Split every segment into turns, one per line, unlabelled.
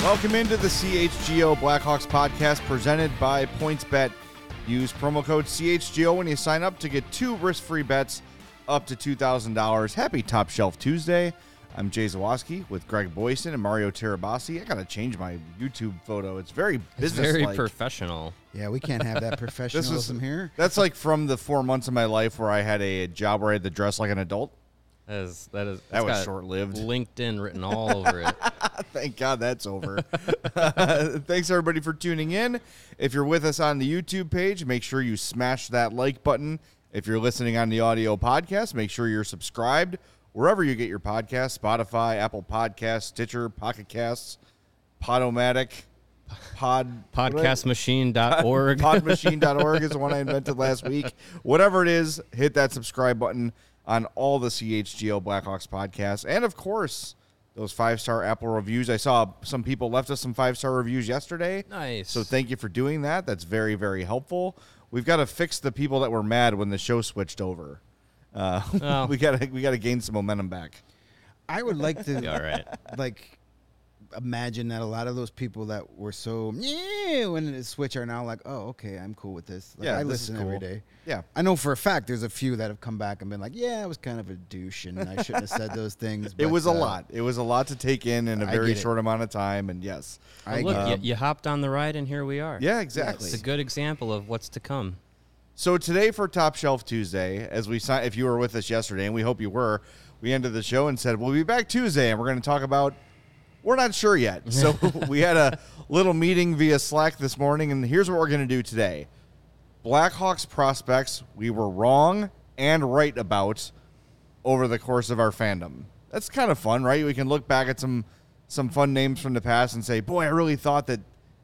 Welcome into the CHGO Blackhawks podcast presented by PointsBet. Use promo code CHGO when you sign up to get two risk free bets up to $2,000. Happy Top Shelf Tuesday. I'm Jay Zawoski with Greg Boyson and Mario Tirabassi. I got to change my YouTube photo. It's very business
Very professional.
Yeah, we can't have that
This
professionalism
is
here.
That's like from the four months of my life where I had a job where I had to dress like an adult.
That is that is
That
it's
was
got
short-lived.
LinkedIn written all over it.
Thank God that's over. Thanks everybody for tuning in. If you're with us on the YouTube page, make sure you smash that like button. If you're listening on the audio podcast, make sure you're subscribed wherever you get your podcast: Spotify, Apple Podcasts, Stitcher, Pocket Casts, Podomatic, Pod
Podcastmachine.org.
Podmachine.org is the one I invented last week. Whatever it is, hit that subscribe button on all the CHGO Blackhawks podcasts. And of course, those five star Apple reviews. I saw some people left us some five star reviews yesterday.
Nice.
So thank you for doing that. That's very, very helpful. We've got to fix the people that were mad when the show switched over. Uh,
Oh.
we gotta we gotta gain some momentum back.
I would like to
all right.
like imagine that a lot of those people that were so yeah when it switch are now like, oh okay, I'm cool with this. Like,
Yeah,
I
this is
listen every
cool.
day.
Yeah.
I know for a fact there's a few that have come back and been like, yeah, I was kind of a douche and I shouldn't have said those things.
It
but,
was a
uh,
lot. It was a lot to take in in a
I
very
get it.
short amount of time. And yes,
I
Look,
get-
you, you hopped on the ride, and here we are.
Um, yeah, exactly.
It's a good example of what's to come.
So today for Top Shelf Tuesday, as we sign, if you were with us yesterday, and we hope you were, we ended the show and said we'll be back Tuesday, and we're going to talk about. We're not sure yet, so we had a little meeting via Slack this morning, and here's what we're going to do today: Blackhawks prospects we were wrong and right about over the course of our fandom. That's kind of fun, right? We can look back at some some fun names from the past and say, "Boy, I really thought that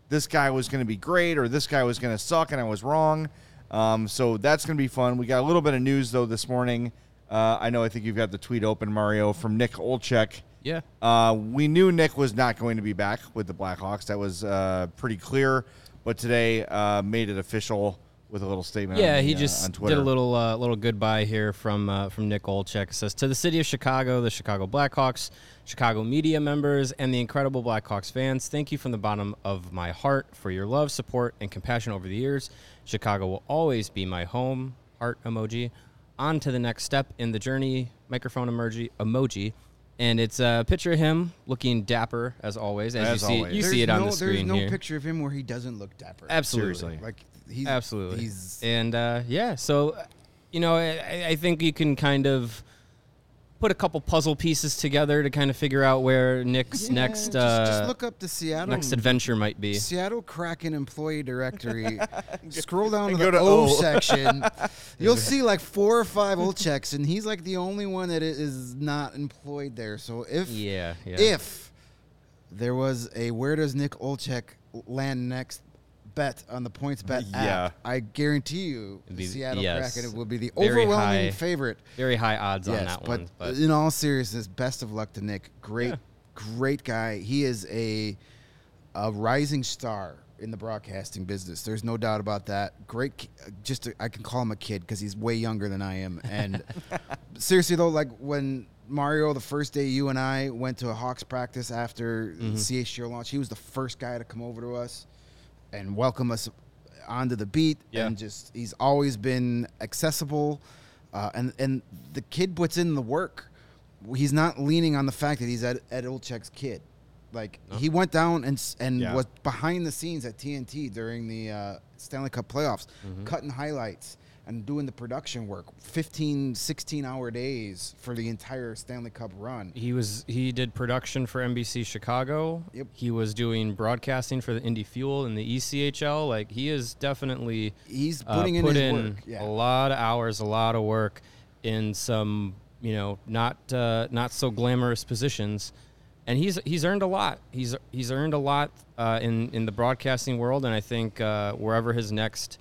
this guy was going to be great or this guy was going to suck, and I was wrong." Um, so that's going to be fun. We got a little bit of news though this morning. Uh, I know I think you've got the tweet open, Mario, from Nick Olchek.
Yeah.
Uh, we knew Nick was not going to be back with the Blackhawks. That was uh, pretty clear, but today uh, made it official with a little statement.
Yeah,
on
he
the, uh, on
just
Twitter.
did a little uh, little goodbye here from uh, from Nick Olchek. It says to the city of Chicago, the Chicago Blackhawks, Chicago media members, and the incredible Blackhawks fans. Thank you from the bottom of my heart for your love, support, and compassion over the years. Chicago will always be my home. Heart emoji. On to the next step in the journey. Microphone emoji. Emoji. And it's a picture of him looking dapper as always. As,
As
you see,
always.
you
there's
see it on
no-
the
There's
screen
no
here.
picture of him where he doesn't look dapper.
Absolutely.
Like he's
Absolutely.
He's
and uh, yeah, so you know, I, I think you can kind of put a couple puzzle pieces together to kind of figure out where Nick's
Yeah,
next
just,
uh,
just look up the Seattle
next adventure might be.
Seattle Kraken employee directory. Scroll down to
and
the
go to
O,
O.
section. You'll see like four or five old checks, and he's like the only one that i- is not employed there. So if
Yeah, yeah.
if there was a where does Nick Olchek land next bet on the points bet
Yeah.
app, I guarantee you the
be-
Seattle
yes.
Kraken would be the
Very
overwhelming
high-
favorite.
Very high odds on
Yes,
that
but,
one, but
in all seriousness, best of luck to Nick. Great, great guy. He is a a rising star in the broadcasting business. There's no doubt about that. Great, ki- uh, just a, I can call him a kid because he's way younger than I am. And seriously though, like when Mario, the first day you and I went to a Hawks practice after CHGO launch, he was the first guy to come over to us and welcome us onto the beat.
Yeah.
And just he's always been accessible, uh, and and the kid puts in the work. He's not leaning on the fact that he's Ed, Ed Olchek's kid. Like he went down and s- and
Yeah.
was behind the scenes at TNT during the uh, Stanley Cup playoffs, cutting highlights and doing the production work, 15, 16 hour days for the entire Stanley Cup run.
He was he did production for NBC Chicago.
Yep.
He was doing broadcasting for the Indy Fuel and the E ECHL. Like he is definitely
He's
uh,
putting in
put
his
in
work. Yeah.
a lot of hours, a lot of work in some you know not uh, not so glamorous positions, and he's he's earned a lot. He's he's earned a lot uh, in in the broadcasting world, and I think uh, wherever his next.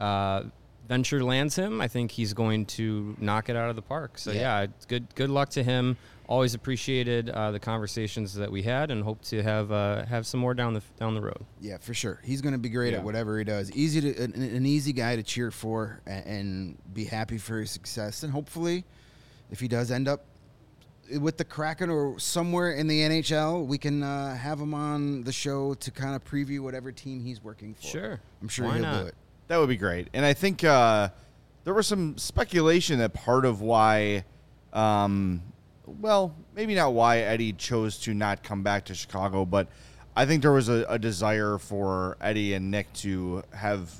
Uh, venture lands him i think he's going to knock it out of the park so yeah, it's good good luck to him always appreciated uh, the conversations that we had and hope to have uh, have some more down the down the road
Yeah, for sure. He's going to be great
Yeah.
at whatever he does. Easy to an, an easy guy to cheer for and, and be happy for his success. And hopefully, if he does end up with the Kraken or somewhere in the NHL, we can uh, have him on the show to kind of preview whatever team he's working for.
Sure.
I'm sure
Why
he'll
not?
do it.
That would be great. And I think uh, there was some speculation that part of why, um, well, maybe not why Eddie chose to not come back to Chicago, but I think there was a, a desire for Eddie and Nick to have,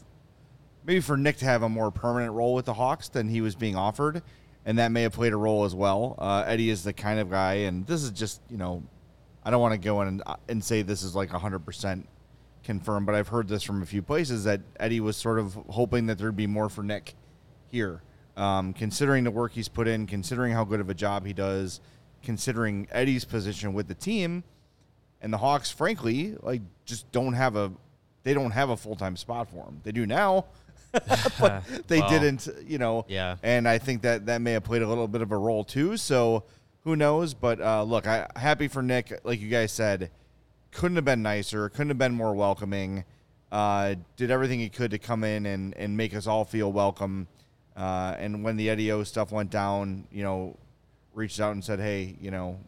maybe for Nick to have a more permanent role with the Hawks than he was being offered. And that may have played a role as well. Uh, Eddie is the kind of guy, and this is just, you know, I don't want to go in and, uh, and say this is like 100% confirmed, but I've heard this from a few places that Eddie was sort of hoping that there'd be more for Nick here. Um, considering the work he's put in, considering how good of a job he does, considering Eddie's position with the team, and the Hawks, frankly, like just don't have a they don't have a full time spot for him. They do now, but they didn't. You know,
Yeah.
and I think that that may have played a little bit of a role too. So who knows? But uh, look, I happy for Nick. Like you guys said, couldn't have been nicer. Couldn't have been more welcoming. Uh, did everything he could to come in and and make us all feel welcome. Uh, and when the Eddie O stuff went down, you know, reached out and said, "Hey, you know,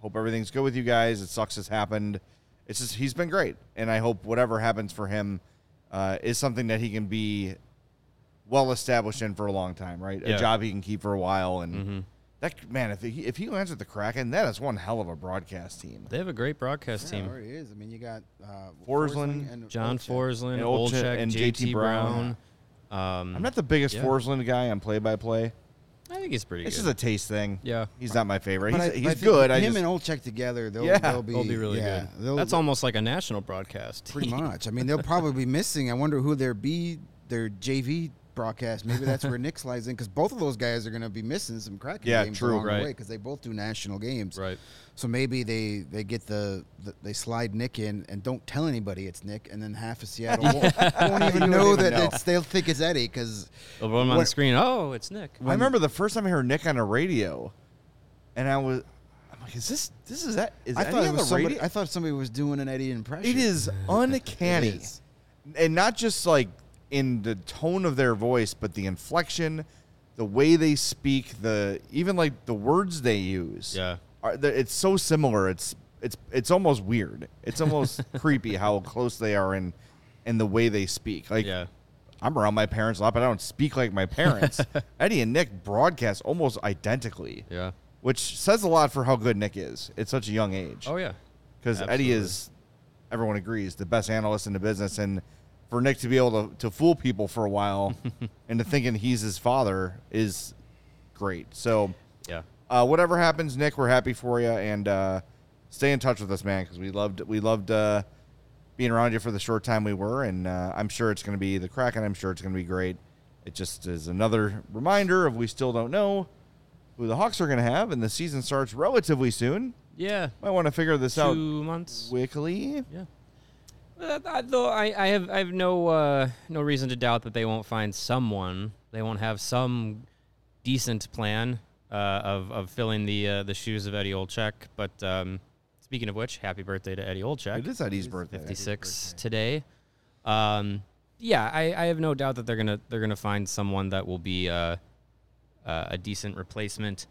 hope everything's good with you guys. It sucks this happened. It's just he's been great, and I hope whatever happens for him uh, is something that he can be well established in for a long time, right?
Yeah. Mm-hmm.
A job he can keep for a while, and that man, if he, if he lands with the Kraken, that is one hell of a broadcast team.
they have a great broadcast
Yeah,
team
there it is. I mean, you got uh,
Forsland,
and
John
Olchek.
Forslund,
And
Olchek,
Olchek,
and
and
JT
JT
Brown.
Brown.
Um,
I'm not the biggest
Yeah.
Forsland guy on play by play.
I think he's pretty
It's
good.
just a taste thing.
Yeah.
he's not my favorite.
But
He's,
I,
he's
I think
good. I
Him
just,
and Olchek together, they'll,
Yeah.
they'll be,
They'll be really
yeah,
good.
they'll-
That's almost like a national broadcast.
Pretty much. I mean, they'll probably be missing. I wonder who their B, their JV broadcast. Maybe that's where Nick slides in because both of those guys are going to be missing some cracking
Yeah,
games
true,
along
right.
the way because they both do national games.
Right.
So maybe they they get the, the they slide Nick in and don't tell anybody it's Nick, and then half of Seattle won't, won't even know
even
that
know.
It's, they'll think it's Eddie because
They'll put him on the
What-
screen. Oh, it's Nick.
I remember the first time I heard Nick on the radio, and I was, I'm like, is this this is that is
I
Eddie
thought
on
it was
the
somebody.
radio?
I thought somebody was doing an Eddie impression.
It is uncanny.
It is.
And not just like in the tone of their voice, but the inflection, the way they speak, the even like the words they use.
Yeah.
Are, the- it's so similar. It's it's it's almost weird. It's almost creepy how close they are in in the way they speak. Like
Yeah.
I'm around my parents a lot, but I don't speak like my parents. Eddie and Nick broadcast almost identically.
Yeah.
Which says a lot for how good Nick is at such a young age
Oh yeah.
because Eddie is, everyone agrees, the best analyst in the business. And for Nick to be able to, to fool people for a while into thinking he's his father is great. So,
Yeah.
uh, whatever happens, Nick, we're happy for you, and uh, stay in touch with us, man, because we loved we loved uh, being around you for the short time we were, and uh, I'm sure it's going to be the Kraken. I'm sure it's going to be great. It just is another reminder of we still don't know who the Hawks are going to have, and the season starts relatively soon.
Yeah.
Might want to figure this out
Two months.
quickly.
Yeah. Uh, I- though I, I have I have no uh, no reason to doubt that they won't find someone. They won't have some decent plan uh, of of filling the uh, the shoes of Eddie Olchek. But um, speaking of which, happy birthday to Eddie Olchek.
It is Eddie's birthday.
56 today. Um, yeah, I, I have no doubt that they're gonna they're gonna find someone that will be uh, uh, a decent replacement,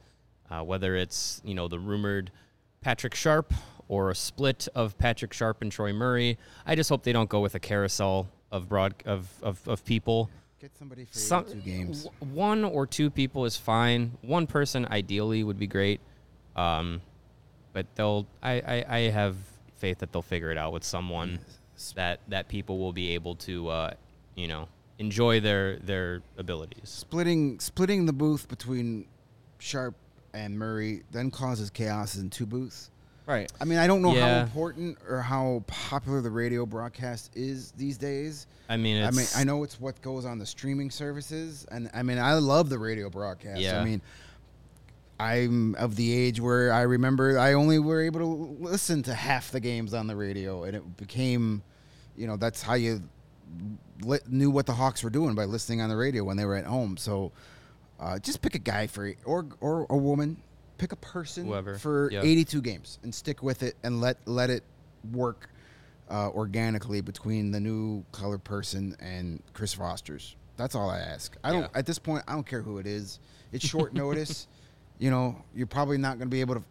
uh, whether it's you know the rumored Patrick Sharp or a split of Patrick Sharp and Troy Murray. I just hope they don't go with a carousel of broad of of, of people.
Get somebody for
Some,
two games.
w- one or two people is fine. One person ideally would be great, um, but they'll. I, I, I have faith that they'll figure it out with someone that that people will be able to, uh, you know, enjoy their their abilities.
splitting splitting the booth between Sharp and Murray then causes chaos in two booths.
Right.
I mean, I don't know how
Yeah.
important or how popular the radio broadcast is these days.
I mean,
I
it's,
mean, I know it's what goes on the streaming services, and I mean, I love the radio broadcast. I
Yeah.
mean, I'm of the age where I remember I only were able to listen to half the games on the radio, and it became, you know, that's how you li- knew what the Hawks were doing by listening on the radio when they were at home. So, uh, just pick a guy for or or a woman, pick a person
Whoever.
for
Yeah.
82 games and stick with it and let let it work uh, organically between the new colored person and Chris Foster's. That's all I ask. I don't
Yeah.
at this point. I don't care who it is. It's short notice. You know, you're probably not going to be able to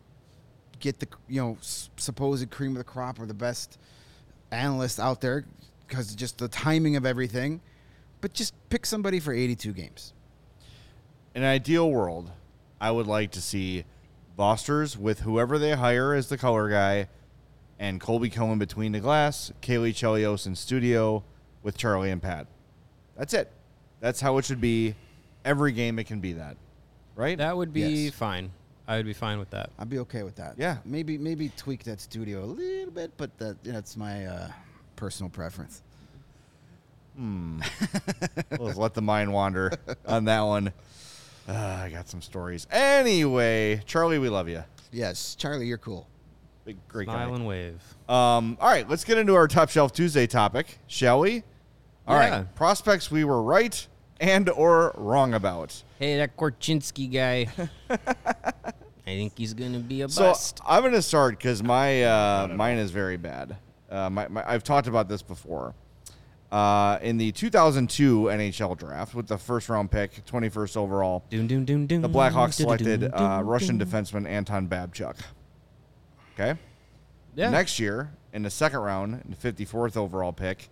get the you know s- supposed cream of the crop or the best analyst out there because just the timing of everything. But just pick somebody for 82 games.
In an ideal world, I would like to see Bosters with whoever they hire as the color guy and Colby Cohen between the glass, Kaylee Chelios in studio with Charlie and Pat. That's it. That's how it should be. Every game it can be that. Right?
that would be
Yes.
fine. I would be fine with that.
I'd be okay with that.
Yeah.
Maybe maybe tweak that studio a little bit, but that that's my uh, personal preference.
Let's let the mind wander on that one. Ah, I got some stories. Anyway, Charlie, we love you.
Yes, Charlie, you're cool.
Big great guy.
Smile and wave.
Um, all right, let's get into our Top Shelf Tuesday topic, shall we? All right,
Yeah.
prospects we were right and or wrong about.
Hey, that Korchinski guy. I think he's gonna be a
So
bust.
I'm going to start because my uh, mine is very bad. Uh, my, my, I've talked about this before. Uh, in the 2002 NHL draft, with the first round pick, 21st overall,
Doom, doom, doom, doom.
the Blackhawks selected uh, Russian defenseman Anton Babchuk. Okay.
Yeah.
Next year, in the second round, in the 54th overall pick,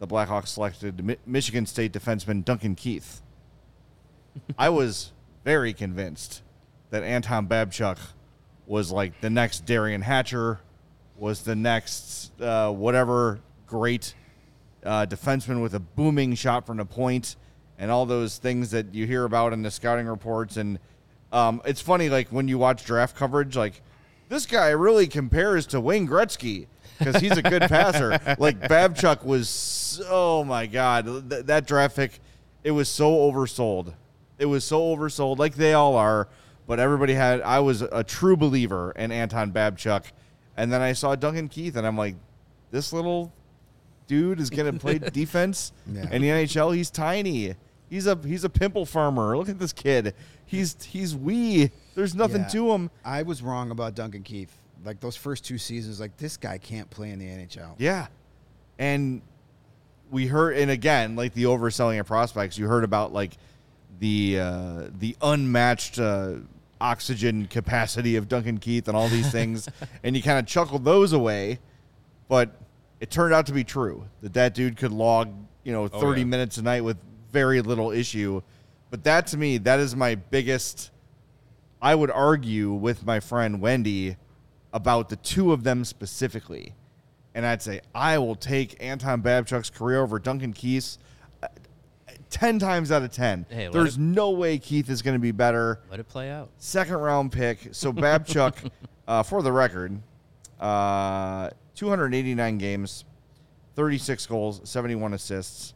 the Blackhawks selected Mi- Michigan State defenseman Duncan Keith. I was very convinced that Anton Babchuk was like the next Darian Hatcher, was the next uh, whatever great uh, defenseman with a booming shot from the point and all those things that you hear about in the scouting reports. And um, it's funny, like when you watch draft coverage, like this guy really compares to Wayne Gretzky because he's a good passer. Like Babchuk was, so, oh my god, th- that draft pick, it was so oversold. It was so oversold, like they all are. But everybody had. I was a true believer in Anton Babchuk, and then I saw Duncan Keith, and I'm like, this little dude is gonna play defense
Yeah.
in the NHL. He's tiny. He's a he's a pimple farmer. Look at this kid. He's he's wee. There's nothing
Yeah.
to him.
I was wrong about Duncan Keith. Like those first two seasons, like this guy can't play in the NHL.
Yeah, and we heard and again like the overselling of prospects. You heard about like the uh, the unmatched uh, oxygen capacity of Duncan Keith and all these things, and you kind of chuckled those away. But it turned out to be true that that dude could log you know thirty
yeah.
minutes a night with very little issue. But that to me, that is my biggest. I would argue with my friend Wendy about the two of them specifically. And I'd say, I will take Anton Babchuk's career over Duncan Keith's uh, 10 times out of 10.
Hey, let
There's
it-
no way Keith is going to be better.
Let it play out.
Second round pick. So Babchuk, uh, for the record, uh, 289 games, 36 goals, 71 assists,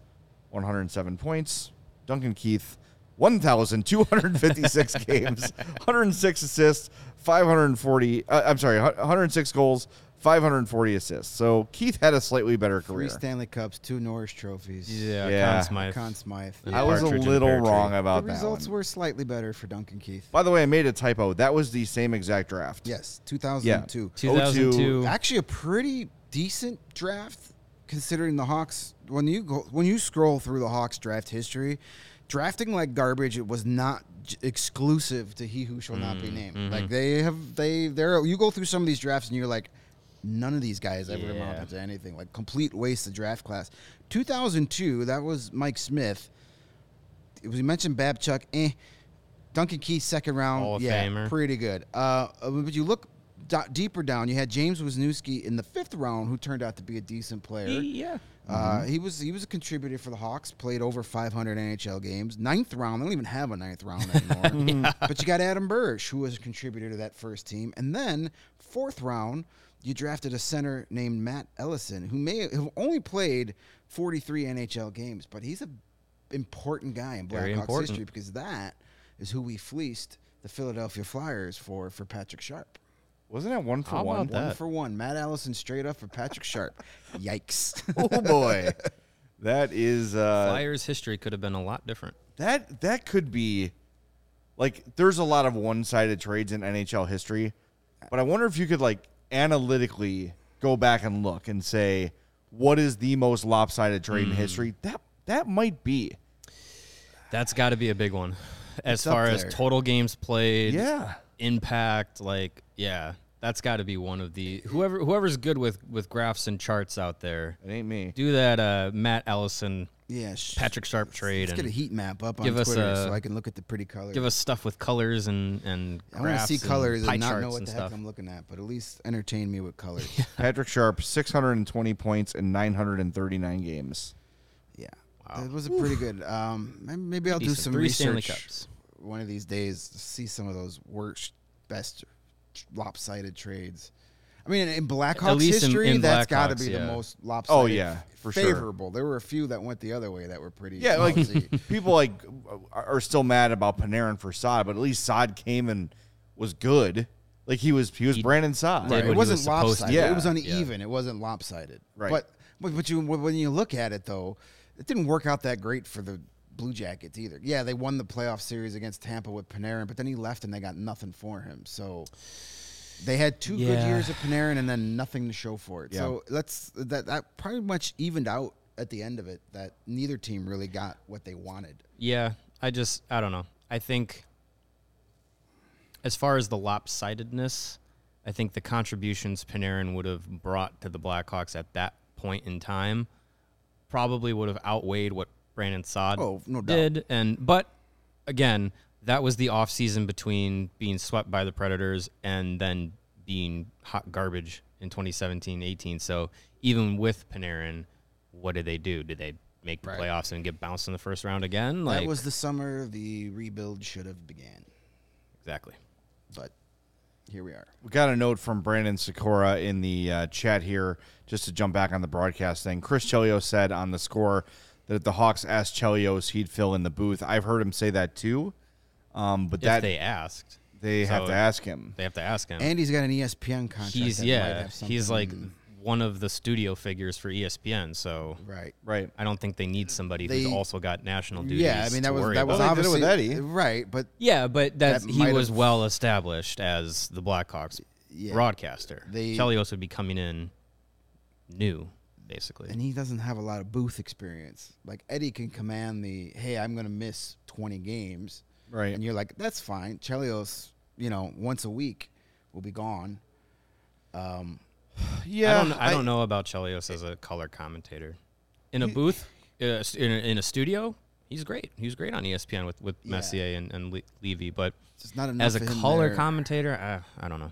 107 points. Duncan Keith, 1,256 games, 106 assists, 540. Uh, I'm sorry, 106 goals, 540 assists. So Keith had a slightly better
Three
career.
Stanley Cups, two Norris trophies.
Yeah,
Yeah.
Conn Smythe.
Conn Smythe.
Yeah.
I was a
Partridge in a
little
pear tree.
wrong about
the
that.
results
one.
were slightly better for Duncan Keith.
By the way, I made a typo. That was the same exact draft.
Yes,
Yeah.
2002.
2002.
Actually, a pretty decent draft considering the Hawks. When you go, when you scroll through the Hawks draft history, drafting like garbage it was not j- exclusive to he who shall not
Mm,
be named. Like
mm-hmm.
they have they there. You go through some of these drafts and you're like, none of these guys ever amounted to anything. Like complete waste of draft class. 2002. That was Mike Smith. It was- We mentioned Babchuk. Eh. Duncan Keith, second round,
Hall of
yeah,
Famer.
pretty good. Uh, uh, but you look do- deeper down, you had James Wisniewski in the fifth round, who turned out to be a decent player.
Yeah.
Uh,
Mm-hmm.
he was he was a contributor for the Hawks. Played over 500 NHL games. Ninth round, they don't even have a ninth round anymore. But you got Adam Burrish, who was a contributor to that first team, and then fourth round, you drafted a center named Matt Ellison, who may have only played 43 NHL games, but he's a important guy in
Very
Blackhawks
important.
history because that is who we fleeced the Philadelphia Flyers for for Patrick Sharp.
Wasn't that one for
How
one?
about that?
One for one, Matt Ellison straight up for Patrick Sharp. Yikes.
Oh boy, that is uh,
Flyers history could have been a lot different.
That that could be like there's a lot of one-sided trades in NHL history, but I wonder if you could like analytically go back and look and say what is the most lopsided trade in history? That that might be.
That's got to be a big one, as
up
far as
there.
total games played.
Yeah.
impact like yeah that's got to be one of the whoever whoever's good with with graphs and charts out there
It ain't me.
do that uh matt allison
yeah. sh-
patrick sharp trade
Let's get a
and
heat map up on
give us
Twitter
a-
so I can look at the pretty colors.
give us stuff with colors and and
I want to
graphs
see colors
and pie
and not
charts
know what
and
the
stuff
heck I'm looking at, but at least entertain me with colors.
Patrick Sharp 620 points in 939 games.
yeah. That was a pretty good. Um, may- maybe I'll do
Decent.
some
Three Stanley
research
Cups.
one of these days. to See some of those worst, best, lopsided trades. I mean, in Blackhawks
least in-
history,
in
that's got to
Blackhawks,
be the
yeah.
most lopsided.
Oh, yeah, for sure.
favorable. There were a few that went the other way that were pretty.
Yeah, like
lousy.
people like are still mad about Panarin for Sod, but at least Sod came and was good. Like he was he was Brandon Sod.
did what
Right, It
he
wasn't
was supposed to
lopsided.
do.
It was
Yeah,
uneven. It wasn't lopsided.
Right.
But but but you when you look at it though, it didn't work out that great for the Blue Jackets either. Yeah, they won the playoff series against Tampa with Panarin, but then he left and they got nothing for him. So they had two good
Yeah.
years of Panarin and then nothing to show for it.
Yeah.
So let's that that pretty much evened out at the end of it. That neither team really got what they wanted.
yeah i just i don't know i think as far as the lopsidedness i think the contributions panarin would have brought to the blackhawks at that point in time probably would have outweighed what brandon sod
Oh, no doubt.
did and but again that was the offseason between being swept by the predators and then being hot garbage in 2017-18 so even with panarin what did they do did they make the playoffs and get bounced in the first round again like
that was the summer the rebuild should have began,
exactly
but here we are.
We got a note from Brandon Sikora in the uh, chat here, just to jump back on the broadcast thing. Chris Chelios said on the score that if the Hawks asked Chelios, he'd fill in the booth. I've heard him say that too, um, but that
if they
they,
asked
have
So
to ask him.
they have to ask him
And he's got an E ESPN contract.
he's
that might
yeah
have
he's like
something-
one of the studio figures for E espn so
right.
Right.
i don't think they need somebody who's
They-
also got national duties
Yeah, I mean
to
that was
worry
that
about.
was
Well, they did it
obviously
with Eddie.
right, but
Yeah, but that's
That
he
might
was
have-
well established as the Blackhawks broadcaster.
They-
Chelios would be coming in new, basically.
and he doesn't have a lot of booth experience. Like Eddie can command the hey, I'm going to miss 20 games,
Right.
And you're like, that's fine. Chelios, you know, once a week will be gone.
Yeah,
I don't I, don't know about Chelios as a color commentator. In a booth, uh, s- in a, in a studio, he's great. He was great on E ESPN with with Messier and, and Le- Levy, but
There's not enough
as a
of him
color
there.
commentator, I, I don't know.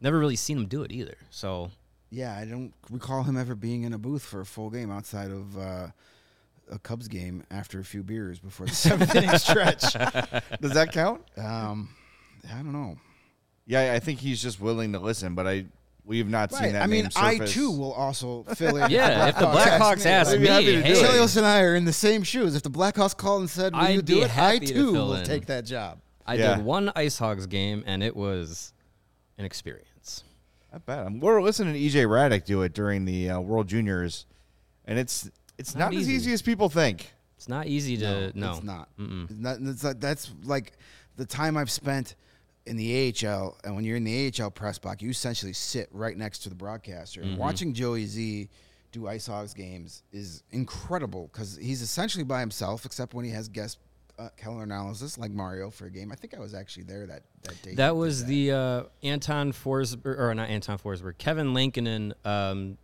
Never really seen him do it either. So
Yeah, I don't recall him ever being in a booth for a full game outside of uh, a Cubs game after a few beers before the seventh inning stretch.
Does that count?
Um, I don't know.
Yeah, I think he's just willing to listen, but I we have not seen that.
I mean,
name
I
surface.
too will also fill in.
yeah, if the Blackhawks ask
I'd be
me,
happy to do
hey,
it.
Chelios and I are in the same shoes. If the Blackhawks called and said, "Will you
I'd
do
be
it?" I
happy to
too
fill
will
in.
take that job.
I
Yeah.
did one Ice Hogs game, and it was an experience.
I bet. I'm, we're listening to EJ Raddick do it during the uh, World Juniors, and it's it's not,
Not
as
easy.
easy as people think.
It's not easy to Uh, no.
it's not. It's not- it's not- That's like the time I've spent in the AHL, and when you're in the AHL press box, you essentially sit right next to the broadcaster.
Mm-hmm.
And watching Joey Z do Ice Hogs games is incredible because he's essentially by himself, except when he has guest uh, color analysis like Mario for a game. I think I was actually there that that day.
That was the uh, Anton Forsberg, or not Anton Forsberg, Kevin Lankinen um,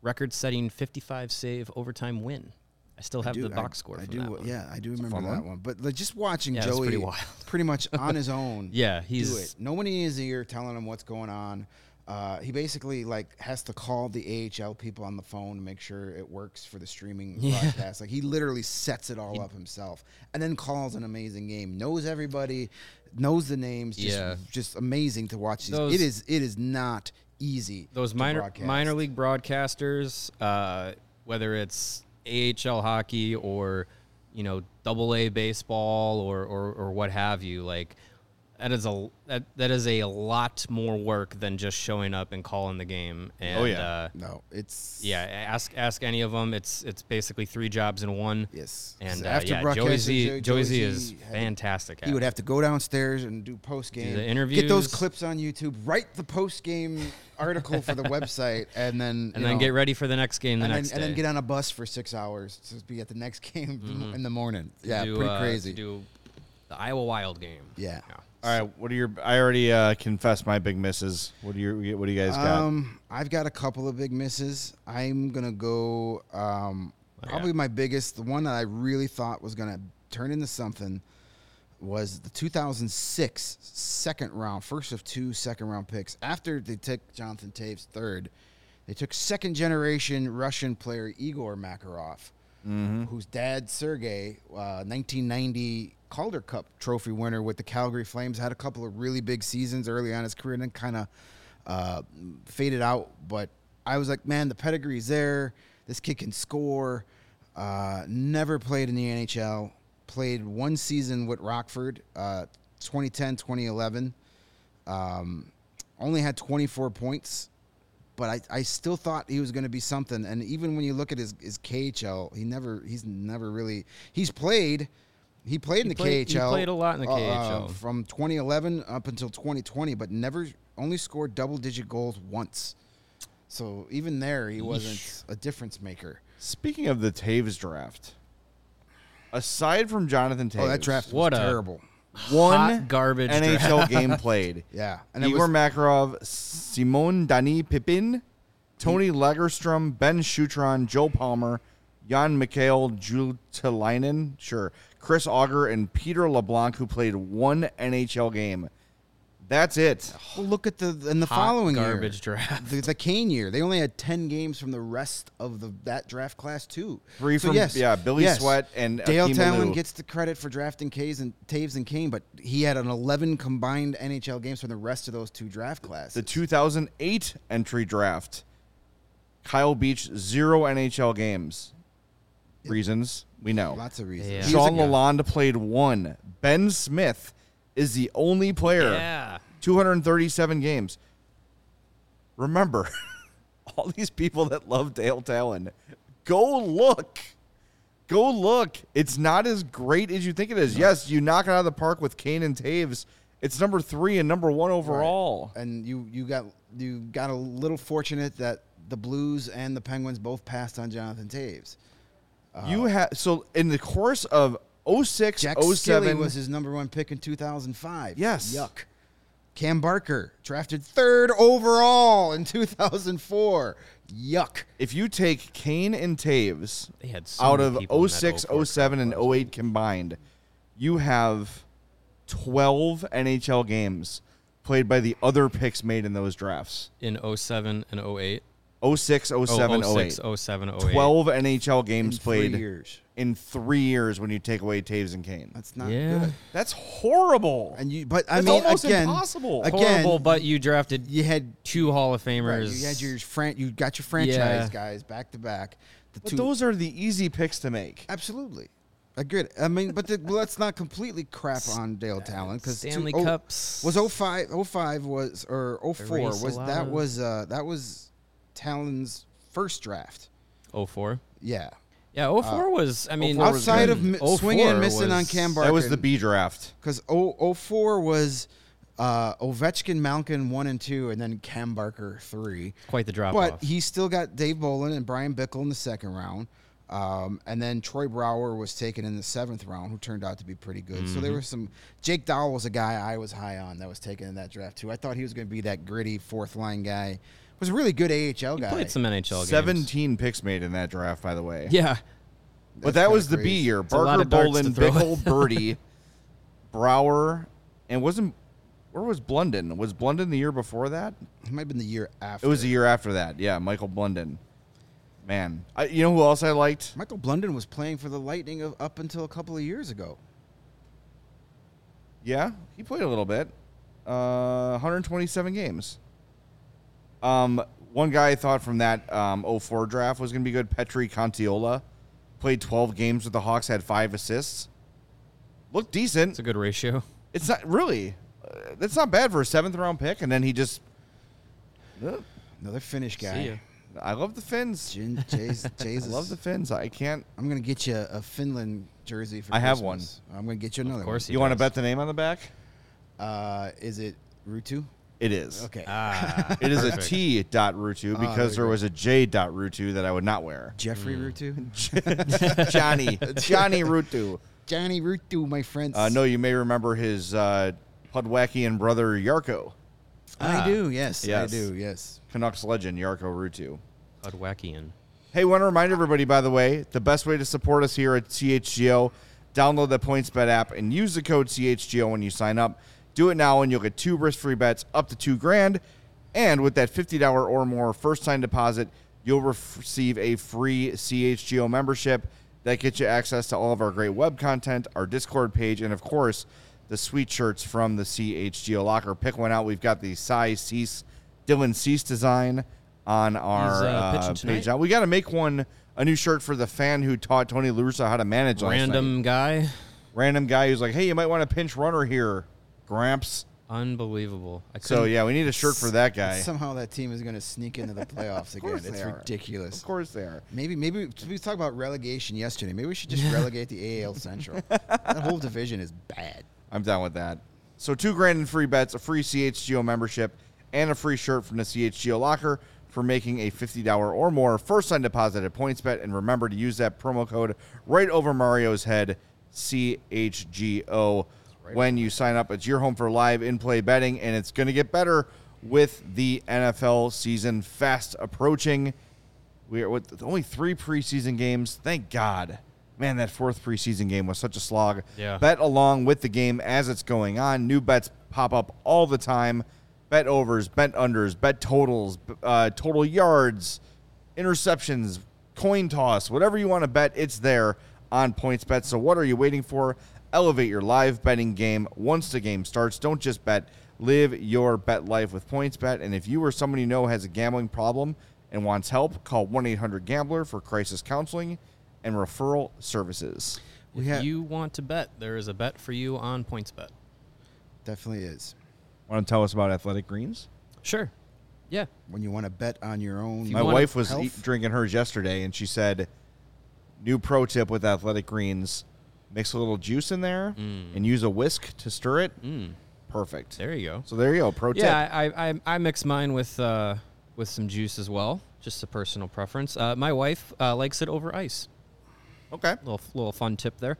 record-setting 55 save overtime win I still have the box score.
I
from
do.
that one.
Yeah, I do remember
fun
that
one.
one. But like, just watching
Yeah, it's
Joey,
pretty wild.
pretty much on his own.
Yeah,
do
he's-
it. No one in his ear telling him what's going on. Uh, he basically like has to call the AHL people on the phone to make sure it works for the streaming broadcast. Like he literally sets it all up himself, and then calls an amazing game. Knows everybody, knows the names. Just,
Yeah.
just amazing to watch. These.
Those-
it is. It is not easy.
those
to
minor
broadcast.
minor league broadcasters, uh, whether it's AHL hockey or you know Double A baseball or, or or what have you, like that is a that that is a lot more work than just showing up and calling the game. And,
Oh, yeah.
uh,
No, it's
yeah. Ask ask any of them. It's it's basically three jobs in one.
Yes.
And
So
uh,
after
yeah,
broadcasting,
Joey Z,
Jo-
Joey
Joey
Z
Z
is
had-
fantastic.
He would
at
have to go downstairs and do post
Do
game
the
Get those
interviews.
clips on YouTube. Write the post game article for the website, and then
it. and
you
then
know,
get ready for the next game the
and,
next
then, and
day.
then get on a bus for six hours to be at the next game in the morning. Yeah,
do,
pretty
uh, Mm-hmm. to
crazy.
do the Iowa Wild game.
Yeah.
All right, what are your? I already uh, confessed my big misses. What do you? What do you guys got?
Um, I've got a couple of big misses. I'm gonna go um, probably my biggest. The one that I really thought was gonna turn into something was the 2006 second round, first of two second round picks. After they took Jonathan Taves third, they took second generation Russian player Igor Makarov, whose dad Sergey, uh, 1990 Calder Cup trophy winner with the Calgary Flames, had a couple of really big seasons early on in his career, and then kind of uh, faded out. But I was like, man, the pedigree's there. This kid can score. Uh, never played in the NHL. Played one season with Rockford, uh, 2010, 2011. Um, only had 24 points, but I, I still thought he was going to be something. And even when you look at his, his KHL, he never he's never really he's played. He played in the
played- he
KHL.
played a lot in the
uh, uh,
KHL.
from 2011 up until 2020, but never only scored double digit goals once. So even there, he wasn't a difference maker.
Speaking of the Taves draft, aside from Jonathan Taves,
Oh, that draft was
What a-
terrible.
one
Hot garbage
NHL game played.
Yeah, and
And
it
Igor
was
Makarov, Simon Dani Pippin, Tony Lagerstrom, Ben Shutron, Joe Palmer, Jan Mikhail Jutelainen, sure, Chris Auger, and Peter LeBlanc, who played one NHL game. That's it.
well, look at the in the
Hot
following
garbage
year,
draft.
the, the Kane year. They only had ten games from the rest of the that draft class too.
Three from- yeah, Billy Sweat and
Dale
Akeem
Talon
Alou.
gets the credit for drafting Kays and Taves and Kane, but he had an eleven combined NHL games from the rest of those two draft classes.
The 2008 entry draft. Kyle Beach, zero NHL games. Reasons we know.
lots of reasons.
Yeah.
He was
Sean
a-
Lalonde played one. Ben Smith is the only player.
Yeah.
237 games. Remember, all these people that love Dale Talon, go look. Go look. It's not as great as you think it is. Yes, you knock it out of the park with Kane and Taves. It's number three and number one overall.
and you you got you got a little fortunate that the Blues and the Penguins both passed on Jonathan Taves.
You have so in the course of 06,
Jack
07
Skilly was his number one pick in 2005.
Yes.
Yuck. Cam Barker drafted third overall in 2004. Yuck.
if you take Kane and Taves
They had so
out
many
of
people in that
06,
04
07, and 08 combined, you have 12 NHL games played by the other picks made in those drafts
in 07 and 08.
06, 07,
06,
08.
07, 08.
12 NHL games
three
played
years.
in three years when you take away Taves and Kane.
That's not
Yeah.
good.
That's horrible.
And you, but I
That's
mean,
almost
again,
impossible.
Again,
Horrible, but you drafted
you had
two Hall of Famers.
right, you had your fran- you got your franchise
Yeah.
guys back to back. The
but
two
those are the easy picks to make.
absolutely. I get it. I mean, but the, let's not completely crap on Dale Talon because
uh, Stanley Cups.
oh was 05, 05 was or 04
Erase a
was
lot
that
of-
was uh, that was Talon's first draft.
04.
Yeah.
Yeah, 04
Uh,
was, I
oh
mean,
04 was
Outside of
good.
mi- swinging and
04
missing on
was-
Cam Barker,
That was the B draft.
because 04 was uh, Ovechkin, Malkin one and two, and then Cam Barker three.
Quite the drop
But
off.
he still got Dave Bolin and Brian Bickle in the second round. Um, and then Troy Brower was taken in the seventh round, who turned out to be pretty good. So there was some. Jake Dowell was a guy I was high on that was taken in that draft too. I thought he was going to be that gritty fourth line guy. Was a really good AHL guy.
played some NHL games.
17 picks made in that draft, by the way.
Yeah.
But
That's
that
kinda
was the B
crazy.
year.
a lot
Barker,
of darts to
Bolin,
throw.
Bickle, Birdie, Brower, and wasn't where was Blunden? Was Blunden the year before that?
It might have been the year after.
It was the year after that. Yeah, Michael Blunden. Man, I, you know who else I liked?
Michael Blunden was playing for the Lightning of, up until a couple of years ago.
Yeah, he played a little bit. Uh, 127 games. Um, one guy I thought from that um, 04 draft was going to be good, Petri Contiola. Played 12 games with the Hawks, had five assists. Looked decent.
It's a good ratio.
It's not really. Uh, that's not bad for a seventh round pick, and then he just. Ugh.
Another Finnish
ya.
guy.
I love the Finns.
Jin, Jays, Jays
I
is-
love the Finns. I can't.
I'm gonna get you a Finland jersey for.
I have
Christmas. I'm gonna get you another.
Of course, he
You want to
does.
bet the name on the back?
One. Uh, is it Rutu?
It is.
Okay.
Ah,
It is a
perfect.
T dot Rutu
Ah, there
because
you
there
go.
was a J dot Rutu that I would not wear.
Jeffrey
mm.
Rutu.
Johnny. Johnny Rutu.
Johnny Rutu, my friends.
Uh, no, you may remember his uh, Pudwackian brother Yarko,
I do. Yes,
Ah, Yes.
I do. Yes.
Canucks legend Yarko Rutu.
Budwackian.
Hey, want to remind everybody, by the way, the best way to support us here at CHGO, download the PointsBet app and use the code CHGO when you sign up. Do it now and you'll get two risk-free bets up to two grand. And with that $50 or more first-time deposit, you'll ref- receive a free CHGO membership that gets you access to all of our great web content, our Discord page, and of course, the sweet shirts from the CHGO locker. Pick one out. We've got the Cy Cease, Dylan Cease design on our
He's, uh,
uh,
pitching tonight.
page. Now, we got to make one a new shirt for the fan who taught Tony LaRussa how to manage last night.
Random guy.
random guy who's like, "Hey, you might want to pinch runner here, Gramps."
Unbelievable. I
So
couldn't-
yeah, we need a shirt for that guy.
Somehow that team is gonna sneak into the playoffs again.
course
It's
they are.
ridiculous.
Of course they are.
Maybe maybe we talked about relegation yesterday. Maybe we should just relegate the AAL Central. that whole division is bad.
I'm down with that. So two grand in free bets, a free CHGO membership, and a free shirt from the CHGO locker for making a $50 or more first-time deposit at PointsBet. And remember to use that promo code right over Mario's head, CHGO, when you sign up. It's your home for live in-play betting, and it's going to get better with the NFL season fast approaching. We are with only three preseason games. Thank God. Man, that fourth preseason game was such a slog.
Yeah.
Bet along with the game as it's going on. New bets pop up all the time. Bet overs, bet unders, bet totals, b- uh, total yards, interceptions, coin toss, whatever you want to bet, it's there on PointsBet. So what are you waiting for? Elevate your live betting game once the game starts. Don't just bet. Live your bet life with PointsBet. And if you or someone you know has a gambling problem and wants help, call 1-800-GAMBLER for crisis counseling and referral services.
We
if
have
you want to bet, there is a bet for you on PointsBet.
definitely is.
Want to tell us about Athletic Greens?
Sure. Yeah.
When you want to bet on your own,
you
My
wanna-
wife was e
health?
eat, drinking hers yesterday, and she said, "New pro tip with Athletic Greens: mix a little juice in there and use a whisk to stir it. Perfect.
Mm. There you go.
So there you go. Pro tip.
Yeah, I, I I mix mine with uh, with some juice as well. Just a personal preference. Uh, my wife uh, likes it over ice.
Okay.
Little little fun tip there.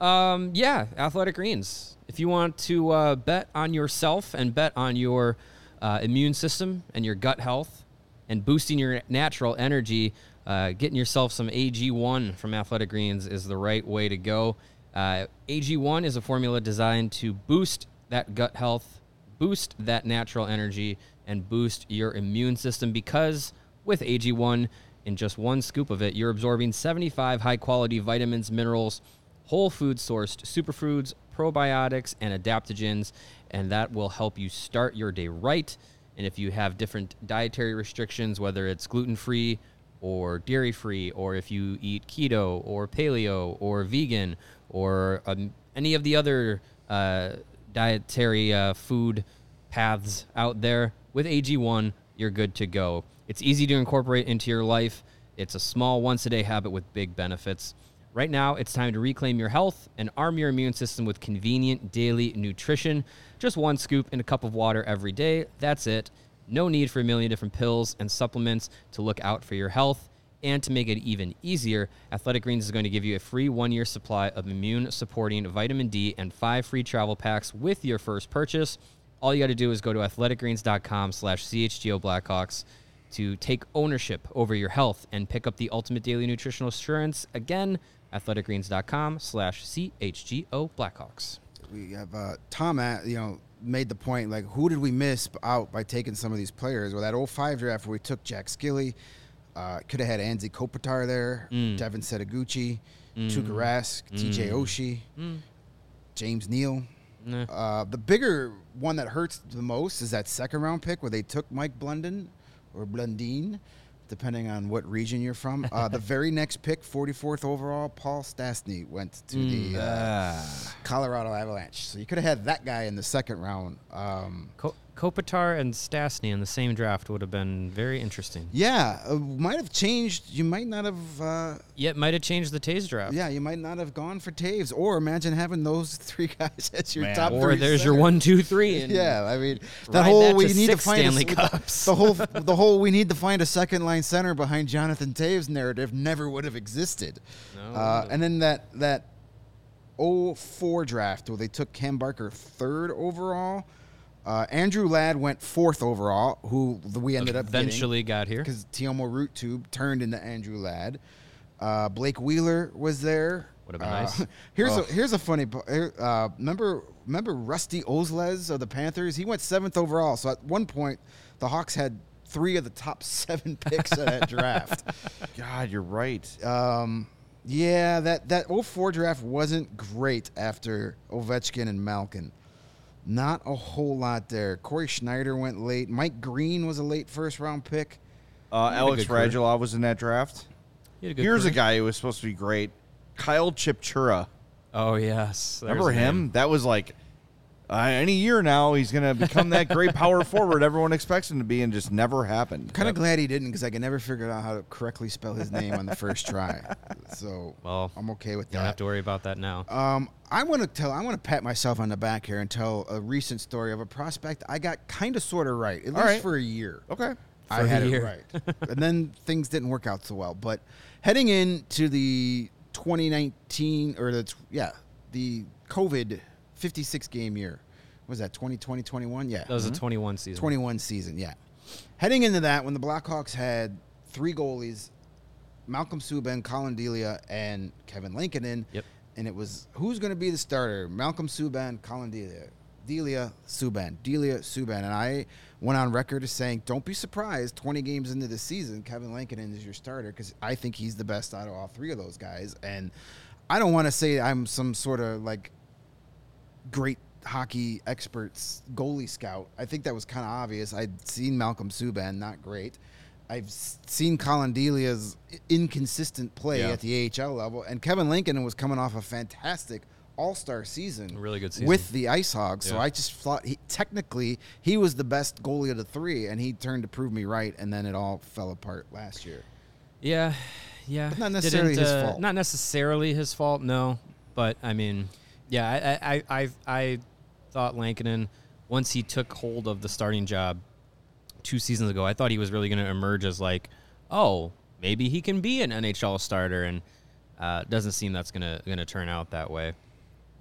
Um, yeah, Athletic Greens. If you want to uh, bet on yourself and bet on your uh, immune system and your gut health and boosting your natural energy, uh, getting yourself some AG1 from Athletic Greens is the right way to go. Uh, AG1 is a formula designed to boost that gut health, boost that natural energy and boost your immune system because with AG1 in just one scoop of it you're absorbing 75 high quality vitamins, minerals, whole food sourced superfoods, probiotics and adaptogens and that will help you start your day right and if you have different dietary restrictions whether it's gluten-free or dairy free, or if you eat keto or paleo or vegan or um, any of the other uh, dietary uh, food paths out there, with AG1, you're good to go. It's easy to incorporate into your life. It's a small once a day habit with big benefits. Right now, it's time to reclaim your health and arm your immune system with convenient daily nutrition. Just one scoop in a cup of water every day. That's it. No need for a million different pills and supplements to look out for your health. And to make it even easier, Athletic Greens is going to give you a free one year supply of immune supporting vitamin D and five free travel packs with your first purchase. All you got to do is go to athleticgreens.com slash CHGO Blackhawks to take ownership over your health and pick up the ultimate daily nutritional assurance. Again, athleticgreens.com slash CHGO Blackhawks.
we have uh, Tom, at, you know, made the point like, who did we miss out by taking some of these players? Well, that 05 draft where we took Jack Skilly, uh, could have had Anzi Kopitar there, Devin Setaguchi, Tuukka Rask, TJ Oshie, James Neal. Uh, the bigger one that hurts the most is that second round pick where they took Mike Blunden or Blundine, depending on what region you're from. Uh, the very next pick, 44th overall, Paul Stastny went to
Mm,
the uh,
ah.
Colorado Avalanche. So you could have had that guy in the second round. Um,
Ko- Kopitar and Stastny in the same draft would have been very interesting.
yeah, uh, might have changed. You might not have. Uh,
Yeah, it might have changed the Taze draft.
yeah, you might not have gone for Taves. Or imagine having those three guys as your
Man.
top.
Or
three
there's your
center.
one, two, three. And
Yeah, I mean
Ride
the whole
that
we
to
need to
six
find
Stanley
a, s-
Cups.
the whole the whole we need to find a second line center behind Jonathan Taves narrative never would have existed. uh, and then that that 04 draft where they took Cam Barker third overall. Uh, Andrew Ladd went fourth overall, who we ended up getting
eventually got here.
because Teomo Root Tube turned into Andrew Ladd. Uh, Blake Wheeler was there.
Would've been
Uh,
nice. Oh.
Here's a here's a funny. po- here- Uh, remember remember Rusty Ozles of the Panthers? He went seventh overall. So at one point, the Hawks had three of the top seven picks of that draft.
God, you're right. Uh,
Yeah, that that 04 draft wasn't great after Ovechkin and Malkin. Not a whole lot there. Corey Schneider went late. Mike Green was a late first round pick.
Uh, Alex
good career.
Radulov was in that draft.
He had a good
Here's a
career.
guy who was supposed to be great, Kyle Chipchura.
Oh, yes. There's
Remember
a
him?
name.
That was like uh, any year now he's gonna become that great power forward everyone expects him to be, and just never happened.
Kind of glad he didn't because I could never figure out how to correctly spell his name on the first try. So
Well,
I'm okay with
You don't have
that.
to worry about that now.
Um, I want to tell, I want to pat myself on the back here and tell a recent story of a prospect I got kind of sort of right, at least
right.
for a year.
Okay.
I
For a
had it
year.
right. and then things didn't work out so well. But heading into the 2019 or the tw- yeah, the COVID 56 game year. What was that 2020 21? Yeah.
That was a Uh-huh. 21 season.
21 season, yeah. Heading into that, when the Blackhawks had three goalies, Malcolm Subban, Colin Delia, and Kevin Lincoln in,
Yep.
and it was who's going to be the starter? Malcolm Subban, Colin Delia, Delia, Subban, Delia, Subban, and I went on record as saying, don't be surprised. 20 games into the season, Kevin Lincoln in is your starter because I think he's the best out of all three of those guys, and I don't want to say I'm some sort of like great hockey experts goalie scout. I think that was kind of obvious. I'd seen Malcolm Subban, not great. I've s- seen Colin Delia's i- inconsistent play
Yeah.
at the AHL level, and Kevin Lincoln was coming off a fantastic All Star season,
Really good season.
with the Ice Hogs. So
Yeah.
I just thought he, technically he was the best goalie of the three, and he turned to prove me right. And then it all fell apart last year.
Yeah, yeah.
But not necessarily
Didn't, uh,
his fault.
Not necessarily his fault, no. But I mean, yeah, I I I, I, I thought Lankinen once he took hold of the starting job two seasons ago, I thought he was really going to emerge as like, oh, maybe he can be an NHL starter, and uh, doesn't seem that's going to going to turn out that way.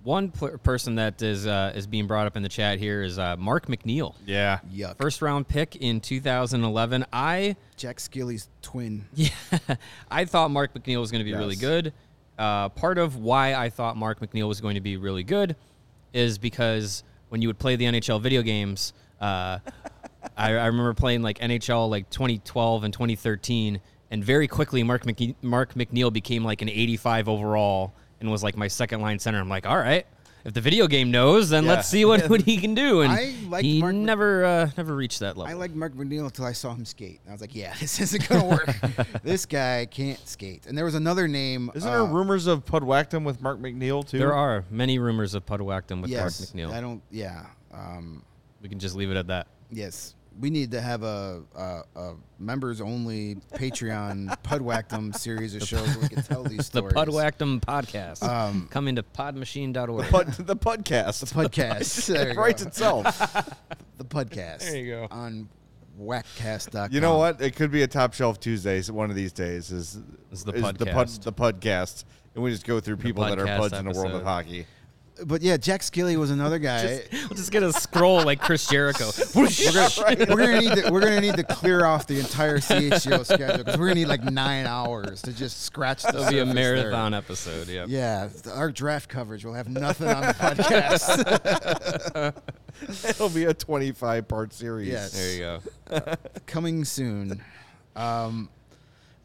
One pl- person that is uh, is being brought up in the chat here is uh, Mark McNeil,
Yeah.
Yuck!
first round pick in 2011. I
Jack Skilly's twin.
yeah, I thought Mark McNeil was going to be really
Yes.
good. Uh, part of why I thought Mark McNeil was going to be really good is because when you would play the NHL video games, uh, I, I remember playing like NHL like 2012 and 2013, and very quickly Mark McNe- Mark McNeil became like an 85 overall and was like my second line center. I'm like, all right, if the video game knows, then let's see what, what he can do. And
I liked
he
Mark Mc-
never uh, never reached that level.
I liked Mark McNeil until I saw him skate. And I was like, yeah, this isn't going to work. this guy can't skate. And there was another name.
Isn't
uh,
there rumors of Pudwackdom with Mark McNeil too?
there are many rumors of Pudwackdom with
yes,
Mark McNeil.
I don't, yeah. Um,
We can just leave it at that.
yes. We need to have a, a, a members only Patreon Pudwackdom series of shows where we can tell these
The
stories.
Pudwactum podcast.
Um,
Come into podmachine.org.
Pud, the podcast.
Podcast. There you
it writes
go.
itself.
The podcast. There
you go.
On whackcast.com.
You know what? It could be a top shelf Tuesdays. One of these days is
It's the
is the
podcast.
the podcast, and we just go through people that are
podcast
buds in the world of
episode.
hockey.
But yeah, Jack Skilly was another guy.
We'll just get a scroll like Chris Jericho. Whoosh.
we're gonna need to, we're gonna need to clear off the entire CHGO schedule because we're gonna need like nine hours to just scratch. the
It'll be a
surface there.
marathon episode. Yeah.
Yeah, our draft coverage will have nothing on the podcast.
It'll be a 25 part series.
Yes.
There you go.
Coming soon. Um,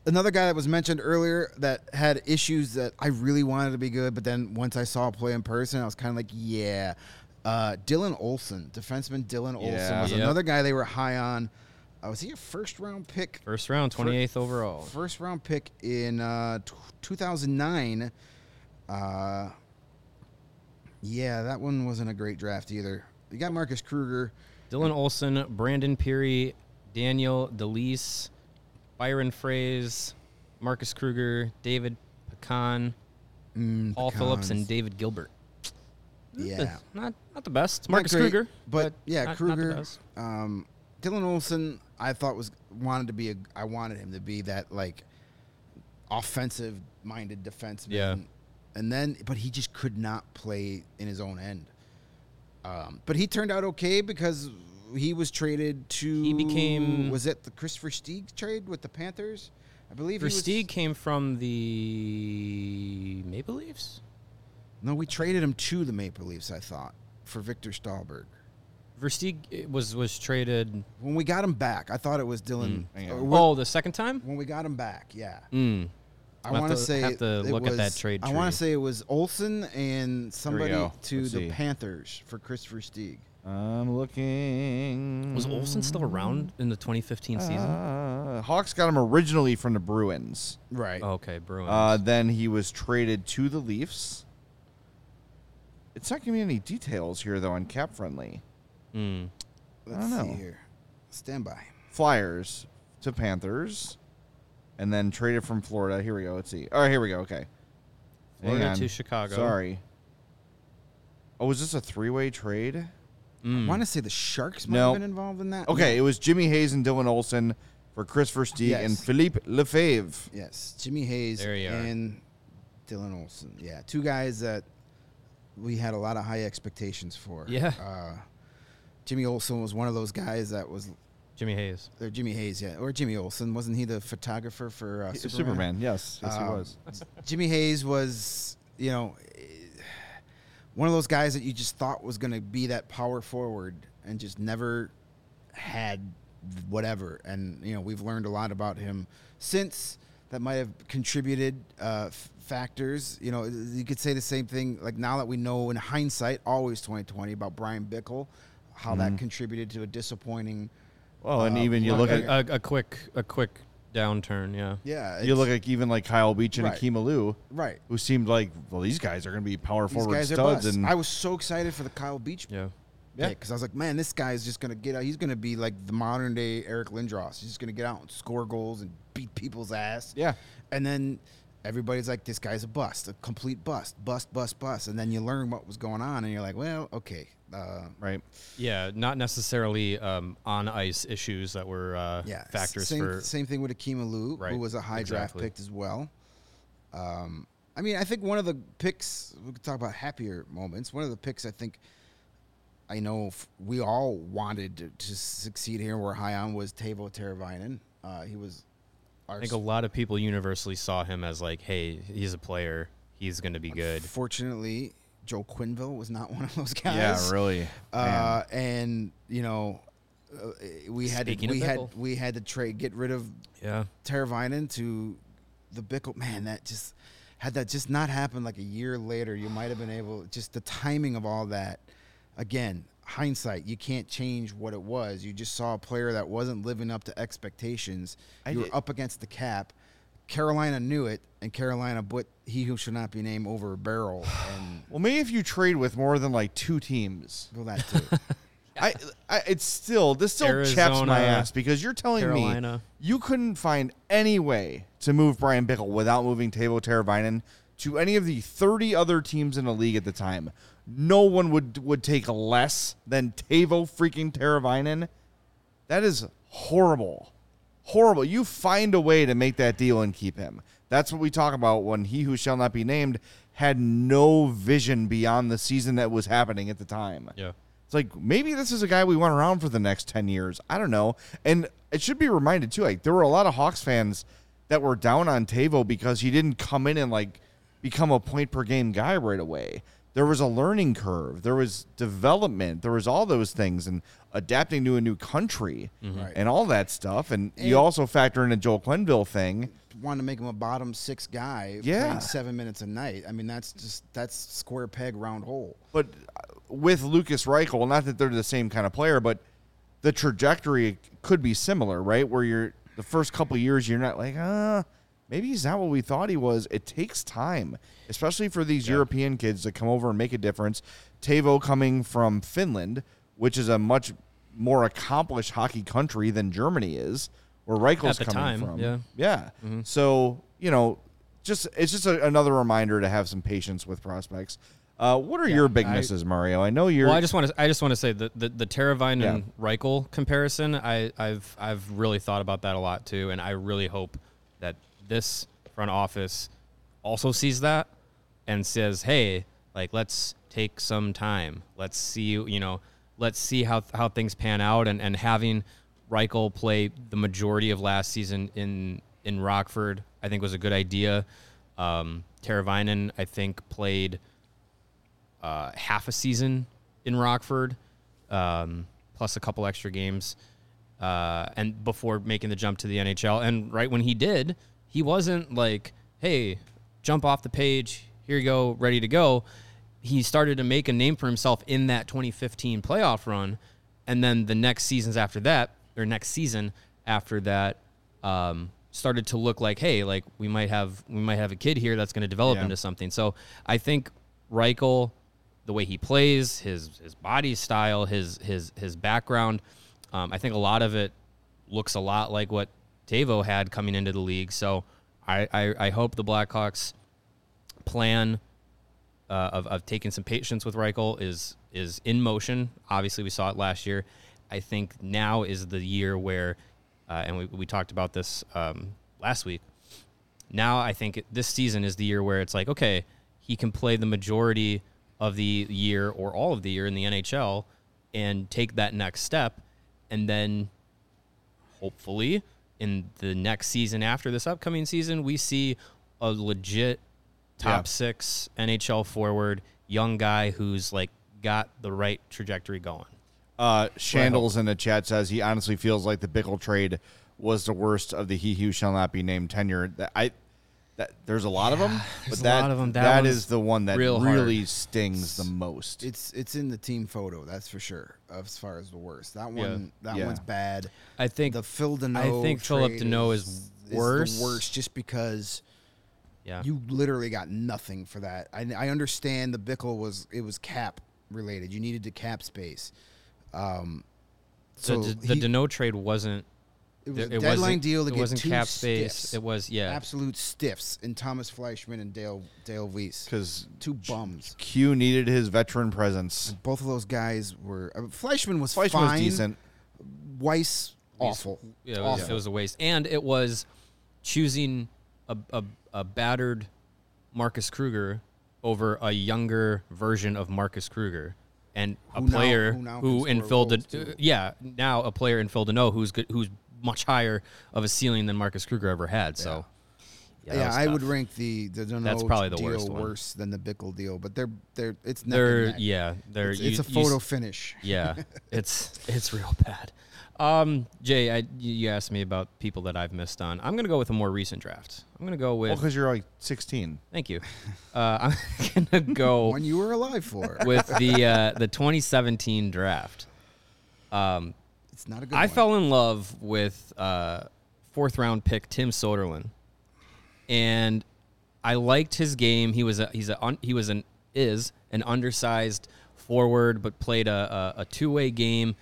another guy that was mentioned earlier that had issues that I really wanted to be good, but then once I saw him play in person, I was kind of like, yeah. Uh, Dylan Olson, defenseman Dylan Olson
Yeah.
was
Yep.
another guy they were high on. Uh, was he a first round pick?
First round, 28th overall.
First round pick in uh, t- 2009. Uh, yeah, that one wasn't a great draft either. You got Marcus Kruger.
Dylan Olson, Brandon Peary, Daniel DeLise, Byron Fraze, Marcus Kruger, David Pecan, Paul Phillips, and David Gilbert.
Mm, Yeah.
Not not the best.
Not
Marcus
great,
Kruger.
But, yeah,
not- not the
Kruger.
best.
Um, Dylan Olson, I thought was wanted to be a. I wanted him to be that like offensive minded defenseman.
Yeah.
And then, but he just could not play in his own end. Um, but he turned out okay because he was traded to.
He became-
was it the Christopher Stieg trade with the Panthers? I believe he was-
Versteeg came from the Maple Leafs?
No, we traded him to the Maple Leafs. I thought for Victor Stahlberg.
Versteeg eh, was was traded
When we got him back, I thought it was
Mm.
Dylan. uh,
Hang
or
on.
when-
Oh, the second time?
when we got him back, yeah.
Mm.
I
I'll have
want to
to-
say
have to
it
look at
was-
that trade
I want
tree.
to say it was Olson and somebody
go.
to
Let's
the
see.
Panthers for Christopher Stieg.
I'm looking.
Was Olson still around in the 2015 season?
Uh, Hawks got him originally from the Bruins.
Right.
Oh, Okay, Bruins.
Uh, then he was traded to the Leafs. It's not giving me any details here though on cap friendly.
Mm.
Let's
I don't
see
know.
here. Stand by.
Flyers to Panthers, and then traded from Florida. Here we go. Let's see. All right, here we go. Okay. Hang
Florida
on.
to Chicago.
Sorry. Oh, was this a three-way trade?
Hmm.
I want to say the Sharks might
No.
have been involved in that.
Okay, it was Jimmy Hayes and Dylan Olson for Christopher Steele
Yes.
and Philippe Lefebvre.
Yes, Jimmy Hayes
There you are.
and Dylan Olson. Yeah, two guys that we had a lot of high expectations for.
Yeah.
Uh, Jimmy Olson was one of those guys that was,
Jimmy Hayes.
or Jimmy Hayes, yeah, or Jimmy Olson. Wasn't he the photographer for uh,
Superman.
Superman?
yes, yes, he
Um,
was.
Jimmy Hayes was, you know, eh, one of those guys that you just thought was going to be that power forward and just never had whatever. And, you know, we've learned a lot about him since that might have contributed uh, f- factors. You know, you could say the same thing, like now that we know in hindsight, always 2020, about Brian Bickle, how that contributed to a disappointing.
Well,
Uh,
and even you look
okay.
at
A, a quick a quick downturn, yeah.
Yeah.
you
it's-
look at even like Kyle Beach and
Right.
Akeem Alou,
Right.
who seemed like well these guys are going to be power
These
forward
guys are
studs,
busts.
and
I was so excited for the Kyle Beach
Yeah.
Yeah.
Yeah, because I was like, man, this guy's just gonna get out. He's gonna be like the modern day Eric Lindros. He's just gonna get out and score goals and beat people's ass.
Yeah.
And then everybody's like, this guy's a bust, a complete bust, bust, bust, bust. And then you learn what was going on, and you're like, well, okay, uh,
right.
Yeah, not necessarily um, on ice issues that were uh,
yeah.
factors
Same,
for
same thing with Akeem Alou,
Right,
who was a high
exactly.
draft pick as well. Um, I mean, I think one of the picks we could talk about happier moments. One of the picks I think I know f- we all wanted to, to succeed here. We're high on was Tavo Teravainen. Uh, he was
I
our
think a lot of people universally saw him as like, hey, he's a player. He's going to be good.
Fortunately, Joe Quinville was not one of those guys.
Yeah, really.
Uh, and you know, uh, we had to,
Speaking of
we had
Bickle.
we had to trade get rid of
Yeah.
Teravainen to the Bickle. Man, that just had that just not happened like a year later, you might have been able. Just the timing of all that. Again, hindsight. You can't change what it was. You just saw a player that wasn't living up to expectations. you were up against the cap. Carolina knew it, and Carolina put he who should not be named over a barrel. And
Well, maybe if you trade with more than like two teams,
well, that too.
I, I it's still this still chaps
Arizona,
my ass because you're telling
Carolina.
me you couldn't find any way to move Brian Bickle without moving Tavo Teravainen to any of the 30 other teams in the league at the time. No one would would take less than Tavo freaking Teravainen. That is horrible. Horrible. You find a way to make that deal and keep him. That's what we talk about when he who shall not be named had no vision beyond the season that was happening at the time.
Yeah.
It's like maybe this is a guy we want around for the next 10 years. I don't know. And it should be reminded too, like there were a lot of Hawks fans that were down on Tavo because he didn't come in and like become a point per game guy right away. There was a learning curve. There was development. There was all those things and adapting to a new country
Right.
and all that stuff. And, you also factor in a Joel Quenville thing.
wanted to make him a bottom six guy.
Yeah.
playing seven minutes a night. I mean, that's just that's square peg round hole.
But uh, with Lucas Reichel, not that they're the same kind of player, but the trajectory could be similar, right? Where you're the first couple years, you're not like, uh, maybe he's not what we thought he was. It takes time, especially for these European kids to come over and make a difference. Tavo coming from Finland, which is a much more accomplished hockey country than Germany is, where Reichel's
At the
coming
time,
from.
yeah.
Yeah.
Mm-hmm.
So you know, just it's just a, another reminder to have some patience with prospects. Uh, what are your big misses, Mario? I know you're.
Well, I just want to. I just want to say the the, the Teravine
Yeah.
and Reichel comparison. I, I've I've really thought about that a lot too, and I really hope that this front office also sees that and says, "Hey, like let's take some time. Let's see, you know, let's see how how things pan out." And and having Reichel play the majority of last season in in Rockford, I think was a good idea. Um, Teravainen, I think, played uh, half a season in Rockford, um, plus a couple extra games, uh, and before making the jump to the NHL. And right when he did, he wasn't like, "Hey, jump off the page, here you go, ready to go." He started to make a name for himself in that 2015 playoff run, and then the next seasons after that, or next season after that, um, started to look like, "Hey, like we might have we might have a kid here that's going to develop into something." So I think Reichel, the way he plays, his his body style, his his his background. Um, I think a lot of it looks a lot like what Tavo had coming into the league. So I I, I hope the Blackhawks plan uh, of of taking some patience with Reichel is is in motion. Obviously, we saw it last year. I think now is the year where, uh, and we we talked about this um, last week now I think it- this season is the year where it's like, okay, he can play the majority of the year or all of the year in the NHL and take that next step. And then hopefully in the next season after this upcoming season, we see a legit top
Yeah.
six NHL forward, young guy who's like got the right trajectory going.
Uh, Shandles in the chat says he honestly feels like the Bickle trade was the worst of the he who shall not be named tenure. That I that there's a lot of them, but
there's a
that
lot of 'em. That
that
one's
is the one that
real hard.
really stings the most.
It's it's in the team photo, that's for sure. As far as the worst, that one that
Yeah.
one's bad.
I think
the Phil Deneau.
I think Philip
trade
Deneau is
the
worse.
worst, just because
Yeah.
you literally got nothing for that. I, I understand the Bickle was it was cap related. You needed to cap space. Um,
so
So
the, the
he-
Deneau trade wasn't.
It was
there-
a deadline
wasn't-
deal to
it
get
wasn't
two
cap space.
stiffs.
It was yeah.
absolute stiffs in Thomas Fleischman and Dale Dale Weiss.
'Cause
two bums.
Q needed his veteran presence.
Both of those guys were uh, Fleischman was
Fleischman
fine.
was decent.
Weiss awful.
Yeah, it
awful.
was, it was a waste. And it was choosing a, a, a battered Marcus Kruger over a younger version of Marcus Kruger. And a
Who now-
player
who now
who
can
in
score
Phil,
goals,
De,
too.
yeah, now a player in Phil Deneau who's good, who's much higher of a ceiling than Marcus Kruger ever had. So,
yeah,
that was
I would
tough.
rank the the Deneau
That's probably the
deal
worst one.
worse than the Bickle deal, but they're they're it's neck and
They're
neck.
yeah, they're
It's,
you-
it's a
you s-
photo finish.
yeah, it's it's real bad. Um, Jay, I, you- you asked me about people that I've missed on. I'm gonna go with a more recent draft. I'm gonna go with
Well, because you're like 16.
Thank you. Uh, I'm gonna go
One you were alive for.
with the uh, the 2017 draft.
it's not a good.
I
one.
fell in love with uh, fourth round pick Tim Soderlin, and I liked his game. He was a he's a un, he was an is an undersized forward, but played a a, a two way game,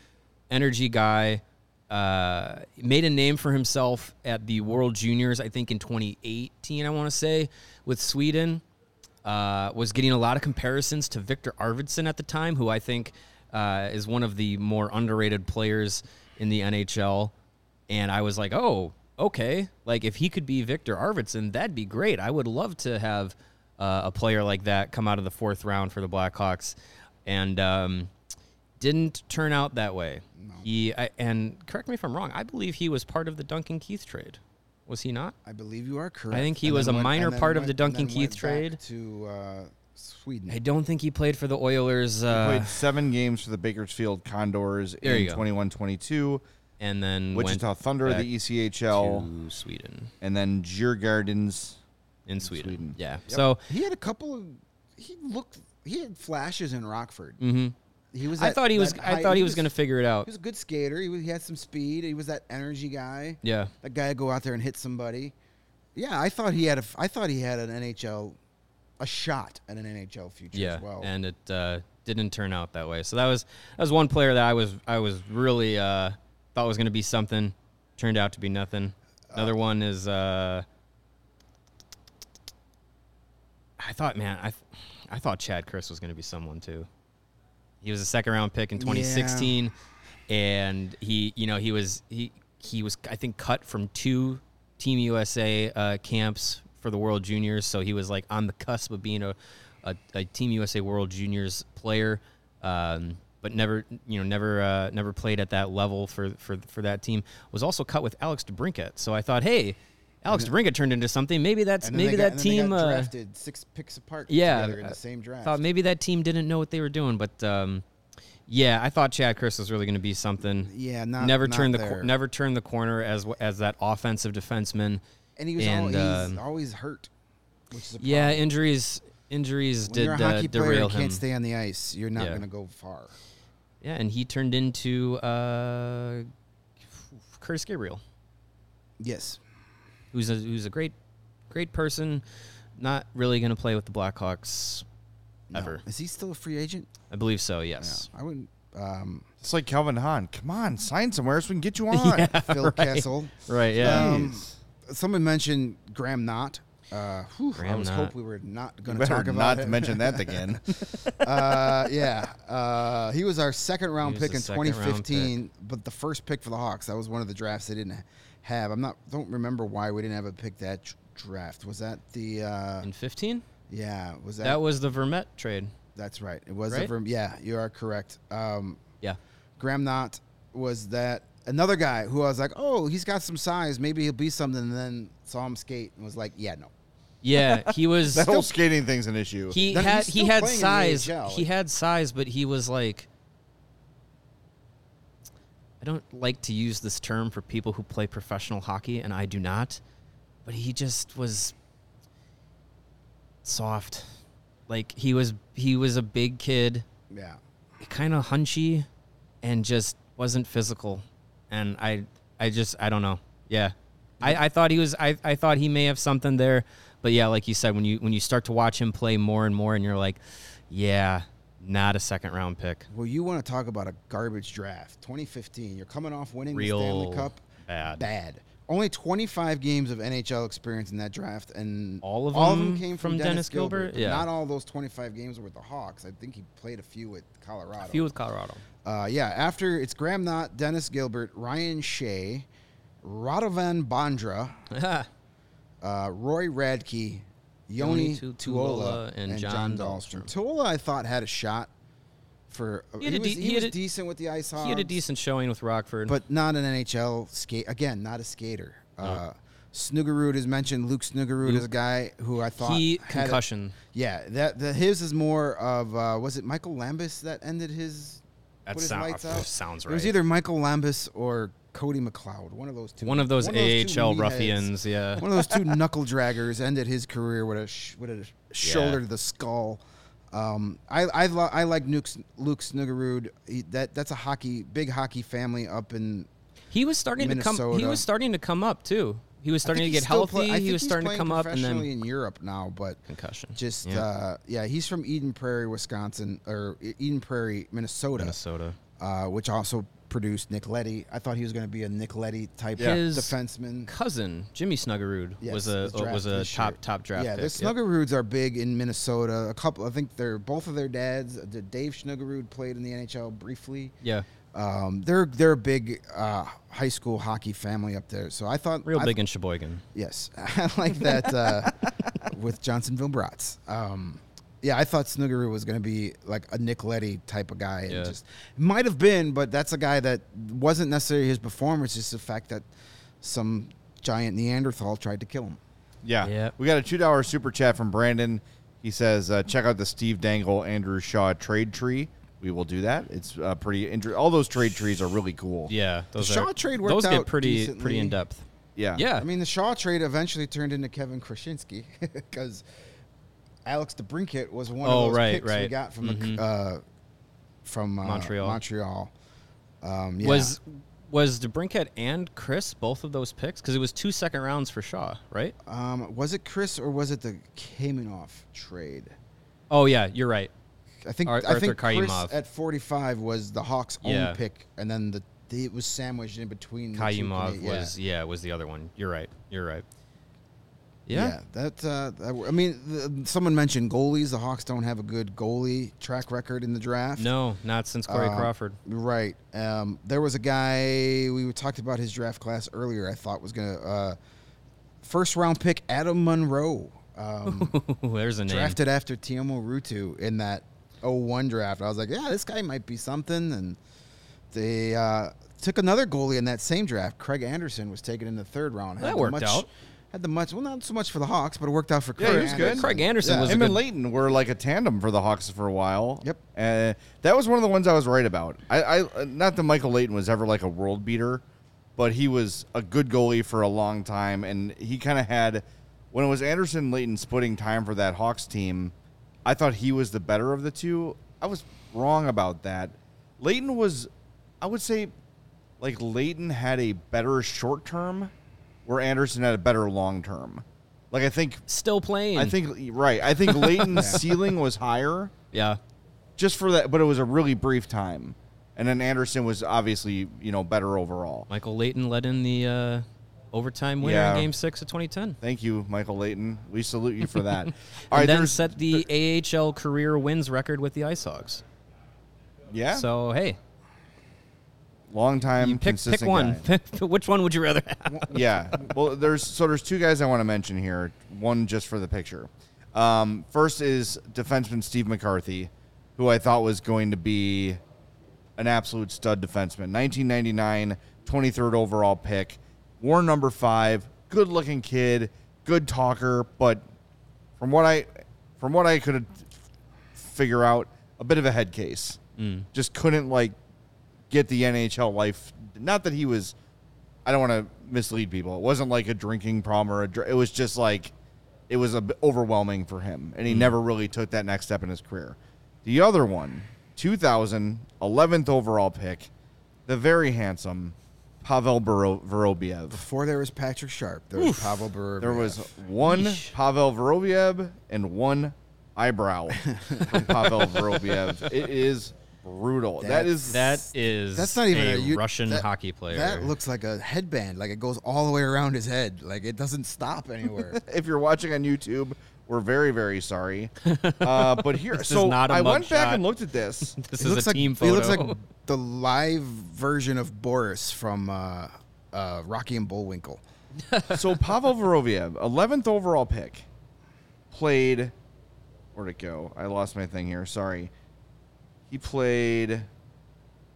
energy guy. Uh, made a name for himself at the World Juniors, I think in 2018, I want to say, with Sweden. uh, was getting a lot of comparisons to Victor Arvidsson at the time, who I think uh, is one of the more underrated players in the NHL. And I was like, oh, okay, like if he could be Victor Arvidsson, that'd be great. I would love to have uh, a player like that come out of the fourth round for the Blackhawks, and um, didn't turn out that way. He I, and correct me if I'm wrong. I believe he was part of the Duncan Keith trade. Was he not?
I believe you are correct.
I think he
And
was
then
a
went-
minor
and then
part of
went-
the
and
Duncan
then
Keith
went back
trade.
to uh, Sweden.
I don't think he played for the Oilers. Uh,
Played seven games for the Bakersfield Condors
There you
in
go.
21 22.
and then
Wichita
went
Thunder,
back
the E ECHL,
to Sweden.
and then Djurgardens.
In Sweden.
Sweden.
Yeah. So
He had a couple of. He looked. He had flashes in Rockford. He was.
Mm-hmm. I
that-
thought he was.
that
I
high-
thought he was going to figure it out.
He was a good skater. He, was, he had some speed. He was that energy guy.
Yeah.
That guy go out there and hit somebody. Yeah, I thought he had a. f- I thought he had an NHL, a shot at an NHL future
Yeah.
as well.
And it uh, didn't turn out that way. So that was that was one player that I was I was really uh, thought was going to be something, turned out to be nothing. Another one is. Uh, I thought, man, I, th- I thought Chad Chris was going to be someone too. He was a second round pick in 2016, and he, you know, he was he he was I think cut from two Team USA uh, camps for the World Juniors, so he was like on the cusp of being a a, a Team USA World Juniors player, um, but never you know never uh, never played at that level for for for that team. Was also cut with Alex DeBrincat, so I thought, hey. Alex DeBrincat turned into something. Maybe that's
And then they
maybe
got-
that
and then they
team
got
uh,
drafted six picks apart.
yeah,
together in
I
the same draft.
Thought maybe that team didn't know what they were doing, but um, yeah, I thought Chad Chris was really going to be something.
Yeah, not-
never
not
turned the
there.
cor- never turned the corner as w- as that offensive defenseman.
and he was
and,
always,
um,
always hurt, which is a problem.
yeah, injuries injuries
When
did
you're a
uh,
hockey player
derail
and can't
him.
stay on the ice, you're not
Yeah.
going to go far.
yeah, and he turned into uh, Curtis Gabriel,
Yes.
who's a, who's a great great person. Not really going to play with the Blackhawks
No.
ever.
Is he still a free agent?
I believe so. Yes.
I wouldn't. Um,
It's like Calvin Hahn. Come on, sign somewhere so we can get you on.
Phil Kessel.
Right. Yeah.
Um, someone mentioned Graham Knott. Uh, whew, I
Graham
was
Knott.
hope we were not going to
Better
talk
not
about
to
it.
mention that again.
uh, yeah, uh, he was our second round
He was
pick in
the second round
2015, but the first pick for the Hawks. That was one of the drafts they didn't have. I'm not don't remember why we didn't have a pick that dr- draft. Was that the uh,
In 15,
yeah? Was that,
that was the Vermette trade.
that's right? It was the
Right?
Verm- yeah. You are correct. Um,
Yeah.
Graham Knott was that another guy who I was like, oh, he's got some size, maybe he'll be something. And then saw him skate and was like, yeah, no.
Yeah, he was.
That whole skating thing's an issue.
he
Then he's
had he
still
had
playing in the
size.
AHL.
He had size, but he was like. I don't like to use this term for people who play professional hockey, and I do not. But he just was soft. Like he was, he was a big kid,
Yeah.
kind of hunchy, and just wasn't physical. And I, I just, I don't know. Yeah, I, I thought he was. I, I thought he may have something there, but yeah, like you said, when you when you start to watch him play more and more, and you're like, yeah, not a second round pick.
Well, you want to talk about a garbage draft. 2015, you're coming off winning
Real
the Stanley Cup.
bad.
Bad. Only 25 games of NHL experience in that draft, and
All of them
came
from
from, Dennis,
Dennis
Gilbert.
Gilbert?
but
Yeah.
Not all those 25 games were with the Hawks. I think he played a few with Colorado.
Few with Colorado.
Uh, yeah, after it's Graham Knott, Dennis Gilbert, Ryan Shea, Radovan Bondra, uh, Roy Radke, Yoni,
Yoni Tu- Tuola,
Tuola,
and John Dahlstrom.
Tuola, I thought, had a shot for. uh, He,
had a
was,
de-
he
he had
was
a-
decent with the ice hogs,
He had a decent showing with Rockford.
but not an NHL skate. Again, not a skater. Uh, Snuggerud is mentioned. Luke Snuggerud is a guy who I thought
he
had a-
concussion.
yeah, that the, his is more of uh, was it Michael Lambis that ended his
That
put his
sound-
lights out?
sounds
It was
right.
either Michael Lambis or Cody McLeod, one of those two.
One of those
two
AHL
meatheads.
ruffians, yeah.
One of those two knuckle draggers ended his career with a sh- with a sh- shoulder to the skull. Um, I I, lo- I like Nuke, S- Luke Snuggerud. He, that that's a hockey big hockey family up in.
He was starting to come. He
Minnesota.
was starting to come up too. He was
I think
starting to
he's
get
still
healthy.
play- I
he
think
was
he's
starting to
playing
come up, and
professionally
then
in Europe now, but
Concussion.
Just
Yeah.
uh, yeah, he's from Eden Prairie, Wisconsin, or E- Eden Prairie, Minnesota.
Minnesota.
uh, which also produced Nicoletti. I thought he was going to be a Nicoletti type
Yeah. His
defenseman.
cousin Jimmy Snuggerud
Yes,
was a uh,
this draft
was a
this
top
year.
top draft.
Yeah,
pick.
the
Yep.
Snuggeruds are big in Minnesota. A couple, I think they're both of their dads. uh, Dave Snuggerud played in the NHL briefly.
Yeah.
Um, they're they're a big uh, high school hockey family up there, so I thought
Real
I-
big in Sheboygan.
Yes, I like that uh, with Johnsonville Brats. Um, yeah, I thought Snoogaroo was going to be like a Nick Letty type of guy.
Yeah.
And just might have been, but that's a guy that wasn't necessarily his performance. Just the fact that some giant Neanderthal tried to kill him.
Yeah.
Yep.
We got a two dollar super chat from Brandon. He says, uh, "Check out the Steve Dangle Andrew Shaw trade tree. We will do that. It's uh, pretty interesting. All those trade trees are really cool.
Yeah, those
Shaw
are,
trade worked
those get
out
pretty pretty
decently.
in depth.
yeah,
Yeah,
I mean, the Shaw trade eventually turned into Kevin Krasinski because Alex DeBrinket was one
Oh,
of those
right,
picks we
right. Mm-hmm.
got from the, uh, from uh,
Montreal.
Montreal. Um, yeah.
was was DeBrinket and Chris both of those picks because it was two second rounds for Shaw, right?
Um, was it Chris or was it the Kamenov trade?
Oh yeah, you're right.
I think
Ar-
I think
Arthur Kayumov.
Chris at 45 was the Hawks'
Yeah.
own pick, and then the, the it was sandwiched in between. the two
Kayumov
Canadi- yeah.
was yeah was the other one. You're right. You're right.
Yeah,
Yeah,
that, uh, that- I mean, the, someone mentioned goalies. The Hawks don't have a good goalie track record in the draft.
no, not since Corey
Um,
Crawford.
Right. Um, there was a guy we talked about his draft class earlier. I thought was gonna uh, first round pick Adam Monroe. Um,
There's a name.
drafted after Tiamo Rutu in that 01 draft. I was like, yeah, this guy might be something. And they uh, took another goalie in that same draft. Craig Anderson was taken in the third round.
That
the
worked
much,
out.
Had the much, well, not so much for the Hawks, but it worked out for Craig.
he was good.
Anderson.
Craig Anderson
Yeah.
was a
Him
good-
and Leighton were like a tandem for the Hawks for a while.
Yep.
Uh, that was one of the ones I was right about. I, I uh, not that Michael Leighton was ever like a world beater, but he was a good goalie for a long time, and he kind of had when it was Anderson and Leighton splitting time for that Hawks team. I thought he was the better of the two. I was wrong about that. Leighton was, I would say, like Leighton had a better short term, where Anderson had a better long term. Like I think
Still playing.
I think right. I think Leighton's ceiling was higher
Yeah.
just for that, but it was a really brief time. And then Anderson was obviously you know better overall.
Michael Leighton led in the uh, overtime winner
Yeah.
in Game Six of 2010.
Thank you, Michael Leighton. We salute you for that. All
And
right,
then
there's-
set the AHL career wins record with the Ice Hogs.
yeah,
So hey,
long time
you pick
consistent
pick one.
guy.
Which one would you rather have?
yeah. Well, there's so there's two guys I want to mention here. One just for the picture. Um, first is defenseman Steve McCarthy, who I thought was going to be an absolute stud defenseman. 1999, 23rd overall pick, war number five, good looking kid, good talker, but from what I from what I could figure out, a bit of a head case. Just couldn't like get the NHL life. Not that he was I don't want to mislead people. It wasn't like a drinking problem or a. Dr- it was just like it was a bit overwhelming for him, and he never really took that next step in his career. The other one, 2000, 11th overall pick, the very handsome Pavel Voro- Vorobiev.
Before there was Patrick Sharp, there was Pavel Burr.
There was one Pavel Vorobiev and one eyebrow from Pavel Vorobiev. It is brutal. that
That's-
is
That is
That's not even
a,
a you-
Russian
that-
hockey player.
That looks like a headband. Like it goes all the way around his head. Like it doesn't stop anywhere.
if you're watching on YouTube, we're very, very sorry. Uh, but here,
This is
so
not a
I went back
mugshot.
and looked at this.
this
He
is
looks
a
like,
team
He
photo.
looks like the live version of Boris from uh, uh, Rocky and Bullwinkle.
So Pavel Voroviev, 11th overall pick, played. Where'd it go? I lost my thing here. Sorry. He played.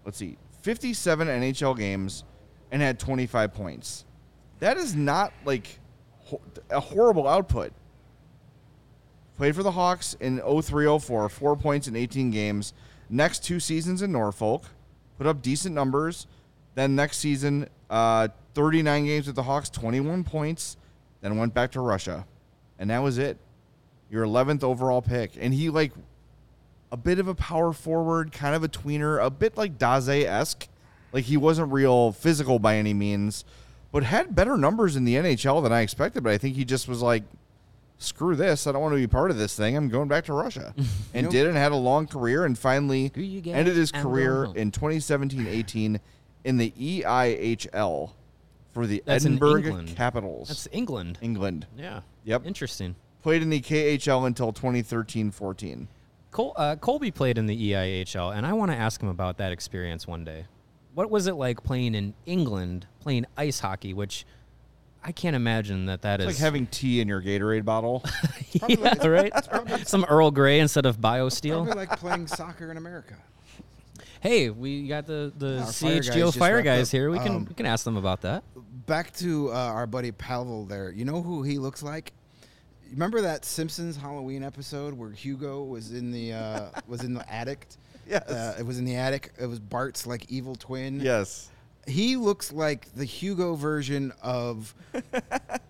Let's see, 57 NHL games, and had 25 points. That is not like ho- a horrible output. Played for the Hawks in 03 04, four points in 18 games. Next two seasons in Norfolk, put up decent numbers. Then next season, uh, 39 games with the Hawks, 21 points. Then went back to Russia. And that was it. Your 11th overall pick. And he, like, a bit of a power forward, kind of a tweener, a bit like Daze esque. Like, he wasn't real physical by any means, but had better numbers in the NHL than I expected. But I think he just was like, screw this. I don't want to be part of this thing. I'm going back to Russia. and did and had a long career and finally
you guys,
ended his
I'm
career
going home.
in 2017 18 in the E EIHL for the
That's in
Edinburgh
England.
Capitals.
That's England.
England.
Yeah.
Yep.
Interesting.
Played in the KHL until 2013 14.
E Col- uh, Colby played in the EIHL, and I want to ask him about that experience one day. what was it like playing in England, playing ice hockey, which I can't imagine that that is
It's like having tea in your Gatorade bottle.
yeah, right? Some Earl Grey instead of BioSteel.
Probably like playing soccer in America.
hey, we got the the
Our fire guys
CHGO
just
fire
wrapped
guys
up.
here. We can
Um,
we can ask them about that.
Back to uh, our buddy Pavel there. You know who he looks like? Remember that Simpsons Halloween episode where Hugo was in the uh, was in the attic?
Yes.
Uh, it was in the attic. It was Bart's like evil twin.
yes.
He looks like the Hugo version of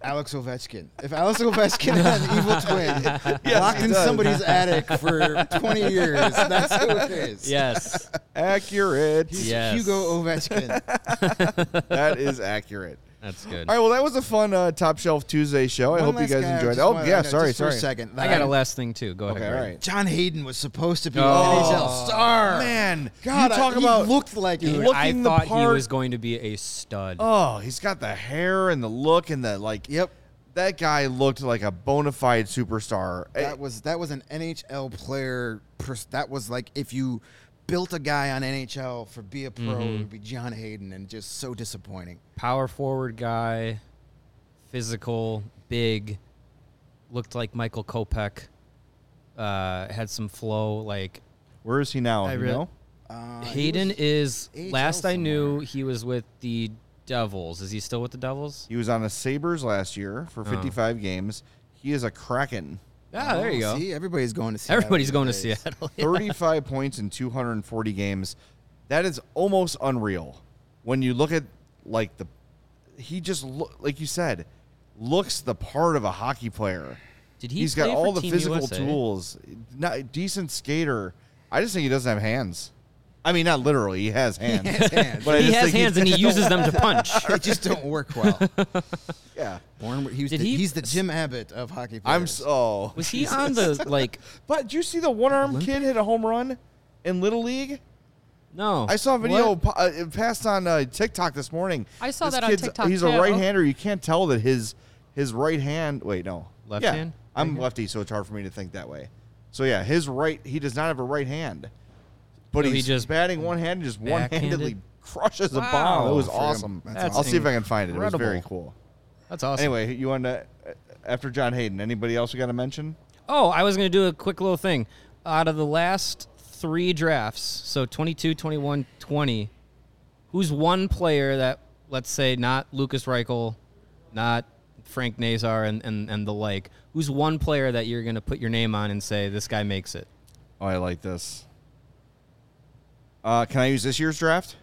Alex Ovechkin. If Alex Ovechkin had an evil twin locked
he
in
does.
somebody's attic for 20 years, that's who it is.
Yes.
Accurate.
He's
Yes.
Hugo Ovechkin.
that is accurate.
That's good.
All right, well, that was a fun uh, top shelf Tuesday show. I
One
hope you
last
guys
guy I
enjoyed.
just
that. Oh,
wanna-
yeah,
no,
sorry,
just for
sorry.
a second.
I got a last thing too. Go
Okay,
ahead.
all
Greg.
right.
John Hayden was supposed to be
Oh.
an NHL star.
Man,
God,
you talk
I,
about
he looked like
Dude,
it.
Looking
I
the
thought he
part-
was going to be a stud.
Oh, he's got the hair and the look and the like.
Yep.
That guy looked like a bona fide superstar.
That was that was an NHL player. Pers- that was like if you built a guy on NHL for be a pro,
Mm-hmm.
it would be John Hayden, and just so disappointing.
Power forward guy, physical, big, looked like Michael Kopech. Uh, had some flow. Like
Where is he now?
I
you
really-
know?
Uh, he
Hayden
was-
is.
AHL
Last I knew, he was with the Devils. Is he still with the Devils?
He was on the Sabres last year
Oh.
for 55 games. He is a Kraken.
Ah, there you
Oh,
go.
See, everybody's going to see.
Everybody's going to Seattle.
35 points in 240 games. That is almost unreal. When you look at like the he just look like you said looks the part of a hockey player.
Did he
He's got
play for
all the
Team
physical
USA?
tools. Not decent skater. I just think he doesn't have hands. I mean, not literally. He has hands.
hands.
But I
he
just
has
think
hands and he uses them to punch.
They just don't work well.
Yeah.
Born, with- he was
Did
the,
he-
he's the Jim Abbott of hockey. Players.
I'm so.
Was he on the like?
But did you see the one armed kid hit a home run in Little League?
No,
I saw a video
What?
pa- uh, it passed on uh, TikTok this morning.
I saw
This
that on
kid's-
TikTok,
He's
too.
a right-hander. You can't tell that his his right hand. Wait, no,
Left
Yeah.
hand?
I'm lefty, so it's hard for me to think that way. So yeah, his right. He does not have a right hand, but
So he
he's
just
just batting one hand and just one-handedly
backhanded?
crushes a bomb.
Wow.
That was
Friggin-
awesome.
that's
I'll see if I can find it. It was very
incredible.
cool.
That's awesome.
Anyway, you want to after John Hayden? Anybody else we got to mention?
Oh, I was going to do a quick little thing. Out of the last three drafts, so 22, 21, 20, who's one player that, let's say, not Lucas Reichel, not Frank Nazar and, and, and the like, who's one player that you're going to put your name on and say, this guy makes it?
Oh, I like this. Uh, can I use this year's draft?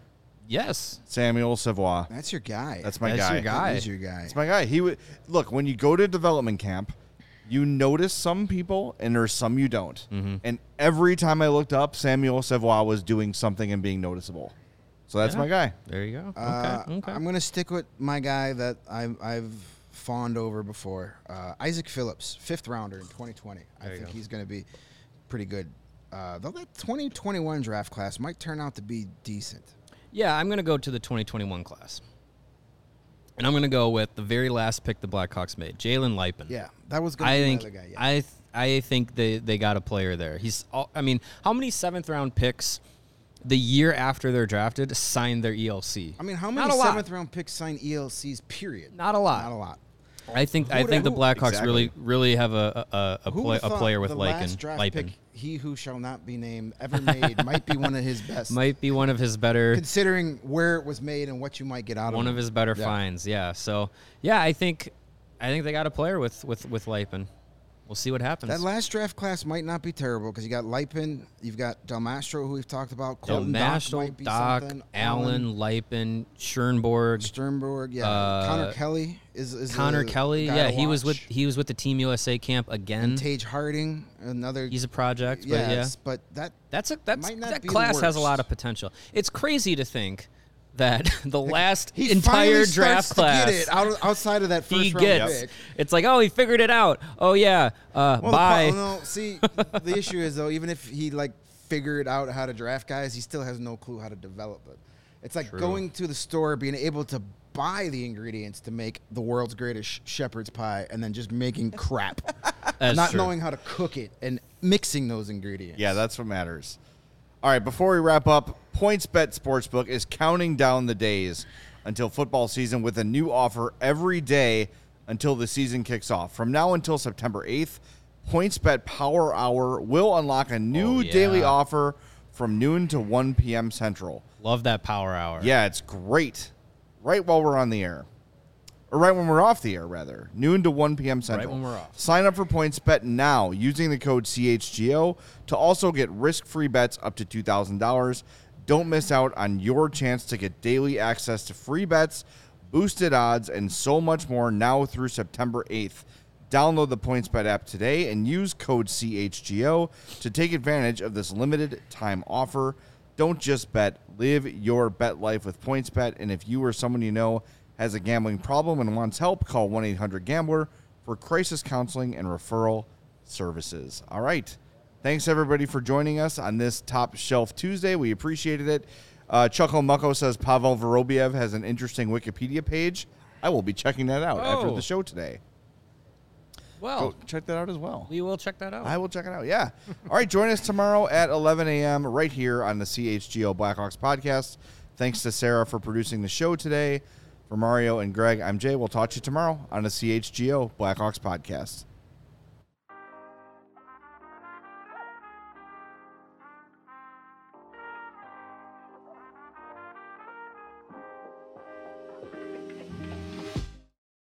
Yes.
Samuel Savoy.
That's your guy.
That's my
That's
guy.
your guy.
He's your guy.
That's my guy. He would look when you go to development camp, you notice some people and there's some you don't.
Mm-hmm.
And every time I looked up, Samuel Savoy was doing something and being noticeable. So that's my guy.
There you go. Okay.
Uh,
okay.
I'm gonna stick with my guy that I've, I've fawned over before, uh, Isaac Phillips, fifth rounder in 2020. I think he's gonna be pretty good. Uh, though that 2021 draft class might turn out to be decent.
Yeah, I'm going to go to the 2021 class. And I'm going to go with the very last pick the Blackhawks made, Jalen Lipin.
Yeah, that was gonna
I
be
think
my other guy. Yeah.
I th- I think they they got a player there. He's all, I mean, how many seventh round picks the year after they're drafted signed their ELC?
I mean, how
Not
many
a lot.
seventh round picks sign ELCs? Period.
Not a lot.
Not a lot.
I think I
Who-
think the
who-
Blackhawks
Exactly.
really really have a a, a, a,
Who
play,
would've
a
thought
player with
the
Lycan.
last draft
Lycan.
pick, he who shall not be named, ever made, might be one of his best.
might be one of his better
Considering where it was made and what you might get out of
one
him.
of his better
Yeah.
finds. Yeah. So yeah, I think I think they got a player with with with Lycan. We'll see what happens.
That last draft class might not be terrible because you got Lipin, you've got Del Mastro, who we've talked about.
Del
Colton Dock,
Mashal,
might be
Doc,
something.
Allen, Lypin, Schoenborg,
Sternberg, yeah.
Uh,
Connor Kelly is, is
Connor
a
Kelly,
guy
yeah,
to
he was with
watch.
he was with the Team USA camp again.
Tage Harding, another.
He's a project, but yeah,
yes, but that
that's a that's
Might not
that
be the
class has a
worst.
lot of potential. It's crazy to think that the last
he
entire
finally
draft
starts to get
class
it out, outside of that first
he
round
gets.
pick.
It's like oh, he figured it out. Oh yeah, uh,
Well, the
bye.
pro- no, see, the issue is though, even if he like figured out how to draft guys, he still has no clue how to develop it. It's like going to the store, being able to buy the ingredients to make the world's greatest sh- shepherd's pie, and then just making crap,
That's
not
true.
knowing how to cook it and mixing those ingredients.
Yeah, that's what matters. All right, before we wrap up, PointsBet Sportsbook is counting down the days until football season with a new offer every day until the season kicks off. From now until September 8th, PointsBet Power Hour will unlock a new
Oh, yeah.
daily offer from noon to 1 p.m. Central.
Love that power hour.
Yeah, it's great. Right while we're on the air. Or right when we're off the air, rather. Noon to 1 p.m. Central.
when we're off.
Sign up for PointsBet now using the code CHGO to also get risk-free bets up to $2,000. Don't miss out on your chance to get daily access to free bets, boosted odds, and so much more now through September 8th. Download the PointsBet app today and use code CHGO to take advantage of this limited time offer. Don't just bet, live your bet life with PointsBet. And if you or someone you know has a gambling problem and wants help, call 1 800 Gambler for crisis counseling and referral services. All right. Thanks, everybody, for joining us on this Top Shelf Tuesday. We appreciated it. Uh, Chuckle Mucko says Pavel Vorobiev has an interesting Wikipedia page. I will be checking that out after
Oh.
the show today.
Well,
Go Oh, check that out as well.
we will check that out.
I will check it out. Yeah. All right. Join us tomorrow at 11 a.m. right here on the CHGO Blackhawks podcast. Thanks to Sarah for producing the show today. For Mario and Greg, I'm Jay. We'll talk to you tomorrow on the CHGO Blackhawks podcast.